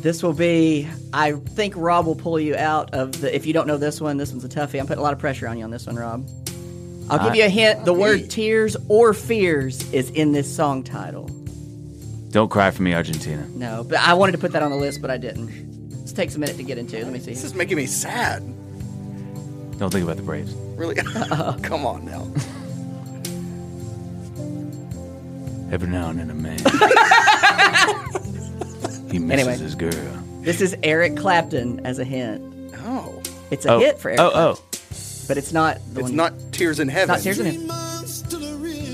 This will be. I think Rob will pull you out of the. If you don't know this one, this one's a toughie. I'm putting a lot of pressure on you on this one, Rob. I'll give you a hint. The word tears or fears is in this song title.
Don't cry for me, Argentina.
No, but I wanted to put that on the list, but I didn't. This takes a minute to get into. Let me see.
This is making me sad.
Don't think about the Braves.
Really? Come on now.
Every now and then, a man He misses
Anyway.
his girl.
This is Eric Clapton as a hint.
Oh,
It's a hit for Eric,
oh, oh.
but it's not the
it's
one.
not Tears in Heaven.
Not Tears in Heaven.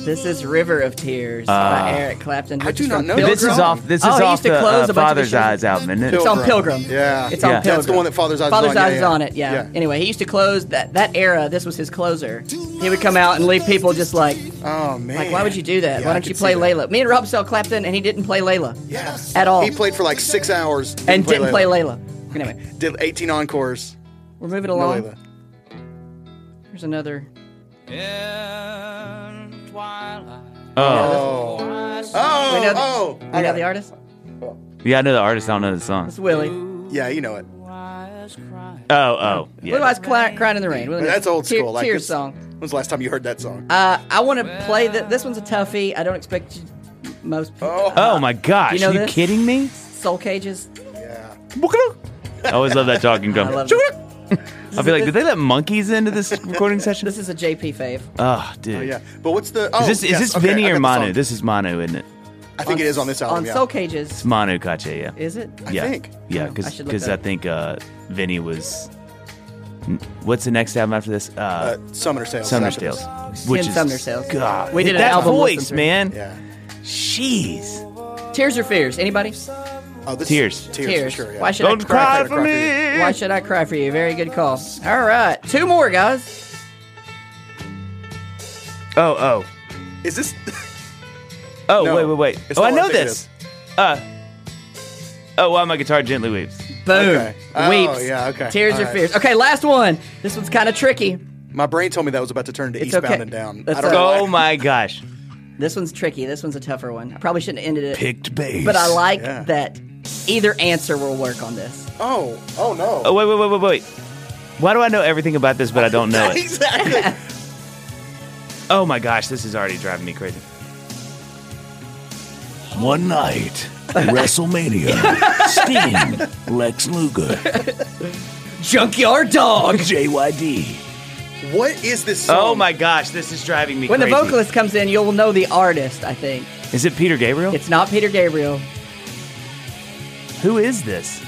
This is River of Tears
Ah.
by Eric Clapton.
I
which
do
is
not
from
know
Pilgrim.
This is off. This is
Oh, he
off
used to
the
close a
uh,
bunch of
Father's
his shows.
Eyes album. Isn't it?
It's on Pilgrim.
Yeah.
It's on
Yeah.
Pilgrim.
That's the one that Father's Eyes
Father's
is on.
Eyes
yeah,
is
yeah.
on it, yeah. Anyway, he used to close that, that era. This was his closer. He would come out and leave people just like,
Oh man.
like, why would you do that?
Yeah, I
why don't
could
you play
see that.
Layla? Me and Rob saw Clapton, and he didn't play Layla
Yes.
at all,
He played for like six hours didn't
and didn't play
Layla.
Layla. Anyway,
Did 18 encores.
we're moving
No
along.
Layla.
Here's another. uh,
Oh,
Oh,
We know,
oh.
we
I
know
got
the
it.
artist.
yeah. I know the artist. I don't know the song.
It's Willie.
Yeah, you know it.
Oh, oh. Yeah.
Blue Eyes Cry- Crying in the Rain. Wasn't it?
That's old
Tear-
school. Like
Tears
it's-
song.
When was the last time you heard that song?
Uh, I want to play that. This one's a toughie. I don't expect you, most people.
Oh my gosh!
You know
Are you
this?
kidding me?
Soul Cages.
I always love that talking drum.
I love
I'll be like, did they let monkeys into this recording session?
This is a JP fave.
Oh, dude.
Oh, yeah. But what's the? Oh,
Is this,
yes,
is this
okay,
Vinny
I got
or
the
Manu?
song.
This is Manu, isn't it?
I think it is on this album.
On
Oh, yeah.
Soul Cages.
It's Manu Kache, yeah.
Is it?
I
yeah.
think.
Yeah,
I
because
should look
because
that
I
up.
think uh, Vinny was. n- What's the next album after this?
Uh,
Uh,
Summoner's Tales.
Summer's
Summer's
Tales, which
Ken
is
Sumner's Tales.
God,
We did an
that
album with them
voice,
too.
man.
Yeah.
Jeez,
Tears or Fears? Anybody?
Oh, this
Tears.
Tears.
Tears.
For sure, yeah.
Why should
don't
I cry,
cry
for
for me.
you? Why should I cry for you? Very good call. All right. Two more, guys.
Oh, oh,
Is this?
oh!
No.
Wait, wait, wait!
It's
oh,
not
I
what I
know
think it
this. Uh, oh, while my guitar gently weeps.
Boom.
Okay. Oh,
Weeps.
yeah, okay.
Tears
All
or
right.
Fears? Okay, last one. This one's kind of tricky.
My brain told me that was about to turn to
It's
Eastbound
okay.
and Down.
That's
I don't
okay.
know why.
Oh my gosh!
This one's tricky. This one's a tougher one. I probably shouldn't have ended it.
Picked bass.
But I like
Yeah.
that either answer will work on this.
Oh, oh no.
Oh wait, wait, wait, wait, wait! Why do I know everything about this, but I don't know it?
exactly.
Oh my gosh, this is already driving me crazy.
One night, WrestleMania, Sting, Lex Luger,
Junkyard Dog.
JYD.
what is this song?
Oh my gosh, this is driving me
When the
crazy.
vocalist comes in, you'll know the artist, I think.
is it Peter Gabriel?
It's not Peter Gabriel.
Who is this?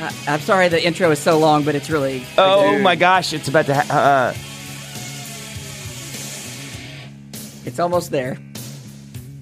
I, I'm sorry the intro is so long, but it's really.
Oh my gosh, it's about to. Ha- uh,
It's almost there.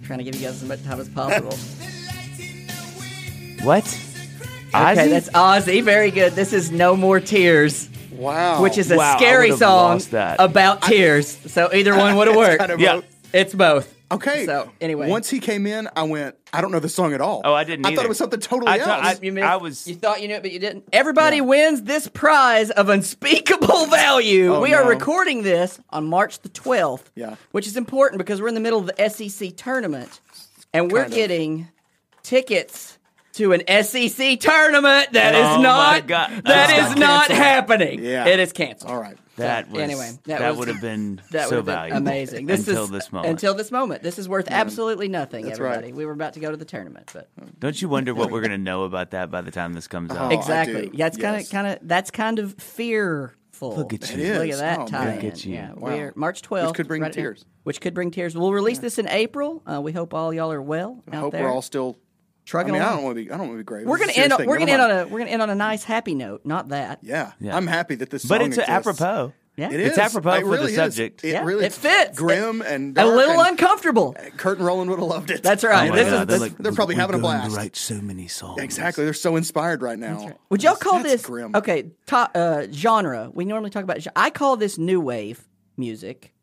trying to give you guys as much time as possible.
uh, what?
Okay,
Ozzy?
that's Ozzy. Very good. This is No More Tears,
Oh, Wow.
which is a
wow, I
scary
would've
song
lost that.
about tears. so either one would have worked.
kind of
Yeah.
a-
It's both.
Okay.
So anyway,
once he came in, I went. I don't know the song at all.
Oh, I didn't
I thought
either.
it was something totally
I
else.
thought- I-
you missed,
I was-
you thought you knew it, but you didn't. Everybody wins this prize of unspeakable value.
Oh,
we are
no.
recording this on March the 12th,
Yeah.
which is important because we're in the middle of the SEC tournament, and we're
Kind of.
getting tickets to an SEC tournament that is
Oh, my
not
God.
that
Oh.
is not happening.
Yeah.
It is canceled.
all right.
That was,
Anyway, that
that,
was-
would have been
That would
so
have
valuable.
been amazing. This
until
is,
this moment.
Until this moment. This is worth absolutely nothing,
That's right.
everybody. We were about to go to the tournament, but
Don't you wonder what we're gonna know about that by the time this comes out?
Oh, I
Exactly.
do.
Yeah, it's kind
Yes.
of kind of that's kind of fearful.
Look at It
you.
Look
is.
at that
Oh,
time.
man.
Look at you.
Yeah,
Wow.
we're March 12th.
could bring
now.
tears.
Which could bring tears. We'll release this in April. Uh, we hope all y'all are well
I
out
hope
there.
we're all still. I
trucking
mean, I
along.
don't want to be. I don't want to be great.
we're gonna end. On, we're gonna end on a we're gonna end on a nice happy note. Not that.
Yeah.
Yeah.
I'm happy that this. Song
but it's
exists.
apropos.
Yeah.
It is.
It's apropos
It
for the
really is.
subject.
It
Yeah,
really
it fits.
Grim
It-
and
a
dark
little
and-
uncomfortable.
Kurt and Roland would have loved it.
That's right.
Oh my
this
God,
is
they're
this,
like-
They're probably
We're
having a
going
blast.
To write so many songs.
Exactly. They're so inspired right now.
Would y'all call
That's
this
grim.
okay? To, uh, genre. We normally talk about. gen- I call this new wave music.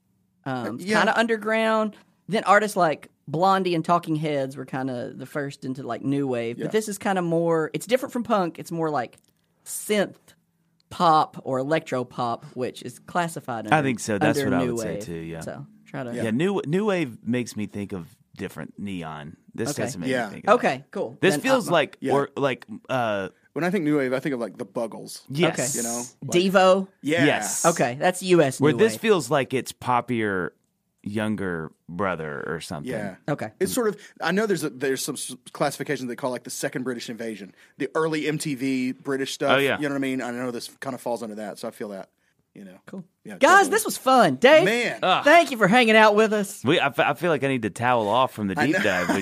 Um,
Uh, yeah.
Kind of underground. Then artists like Blondie and Talking Heads were kind of the first into like new wave. But this is kind of more. It's different from punk. It's more like synth pop or electro pop, which is classified. Under,
I think so. That's
under
what I
new
would say
wave.
too, yeah.
So try to.
Yeah, new new wave makes me think of different neon. This
Okay.
doesn't make
Yeah.
me think. Of that.
Okay. Cool.
This
Then uh,
feels
I-
like
Yeah.
or like uh
When I think new wave, I think of like the Buggles.
yes,
Okay.
You know.
Devo.
Yeah.
Yes.
Okay, that's U.S.
where
new
this
wave.
feels like it's poppier, younger brother or something.
Yeah.
Okay.
It's sort of. I know there's a, there's some s- classifications they call like the second British invasion, the early MTV British stuff.
Oh, yeah.
You know what I mean? I know this kind of falls under that, so I feel that. You know,
Cool.
Yeah,
Guys, this was fun. Dave,
Man.
thank you for hanging out with us.
We, I, fe- I feel like I need to towel off from the deep dive we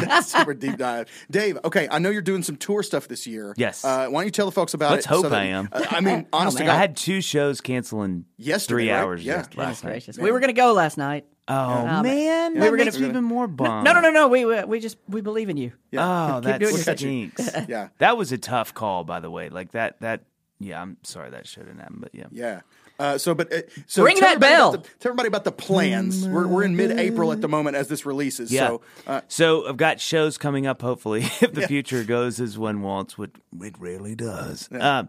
did.
super deep dive. Dave, okay, I know you're doing some tour stuff this year.
Yes.
Uh, why don't you tell the folks about
Let's
it?
hope I am.
Uh, I mean,
Oh,
honestly,
I had two shows canceling
Yesterday,
three
right?
hours
Yeah.
just last night.
Gracious. We were going to go last night.
Oh,
Um,
man,
we
that
were gonna-
makes me even more bummed.
No, no, no, no. We, we we just we believe in you. Uh,
Oh, that
doing your
stinks.
Yeah.
That was a tough call, by the way. Like that, that, yeah, I'm sorry that shouldn't happen, but yeah.
yeah. Uh, so, but uh, so
Ring
tell
that
everybody
bell.
about the- tell everybody about the plans. We're, we're in mid-April at the moment as this releases.
Yeah.
So, uh,
So I've got shows coming up, hopefully, if the future goes as one wants, which
It rarely does.
Um,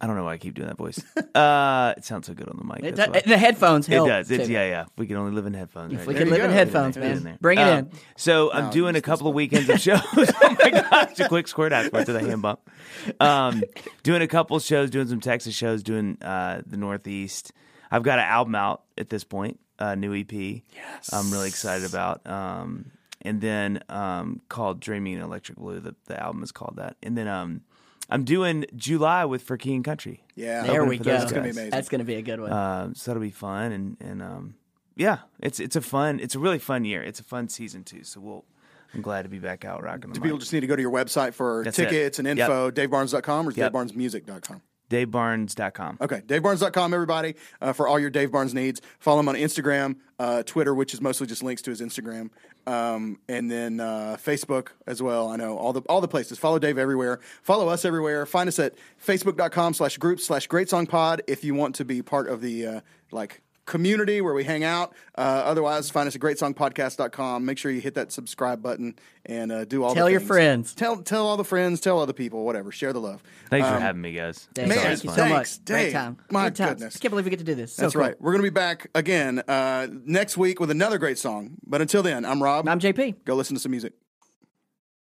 I don't know why I keep doing that voice. Uh, it sounds so good on the mic.
It
that's
does-
why.
the headphones
It
help.
does. It's,
too.
yeah, yeah. We can only live in headphones.
If
right
we
there.
can live in
go.
headphones,
Get in
man.
there.
Bring it
Um,
in.
So I'm doing a couple of weekends of shows. oh my gosh, a quick squirt out to the hand bump. Um, doing a couple shows, doing some Texas shows, doing uh, the Northeast. I've got an album out at this point, a new EP. Yes, I'm really excited about. Um, and then um, called Dreaming in Electric Blue. The, the album is called that. And then um, I'm doing July with For King and Country.
yeah.
There we
for
go.
those That's gonna
be guys. amazing.
That's gonna be a good one.
Um, so that'll be fun, and and um, yeah, it's it's a fun, it's a really fun year. It's a fun season too. So we'll, I'm glad to be back out rocking the
People
mic.
just need to go to your website for
That's it.
tickets and
Yep.
info, davebarnes.com or
Yep.
davebarnesmusic.com.
DaveBarnes.com.
Okay, davebarnes.com, everybody, uh, for all your Dave Barnes needs. Follow him on Instagram, uh, Twitter, which is mostly just links to his Instagram, um, and then uh, Facebook as well. I know all the all the places. Follow Dave everywhere. Follow us everywhere. Find us at facebook.com slash group slash great song pod if you want to be part of the uh, like community where we hang out. Uh, otherwise, find us at greatsongpodcast.com. Make sure you hit that subscribe button and uh, do all the
Tell your
things.
friends.
Tell, tell all the friends, tell other people, whatever. Share the love.
Thanks for having me, guys.
Dave,
um, man,
thank you so
thanks,
much. Great
Dave.
time.
My
Good times.
goodness.
I can't believe we get to do this. So
That's
cool.
right. We're going to be back again uh, next week with another great song. But until then, I'm Rob.
I'm JP.
Go listen to some music.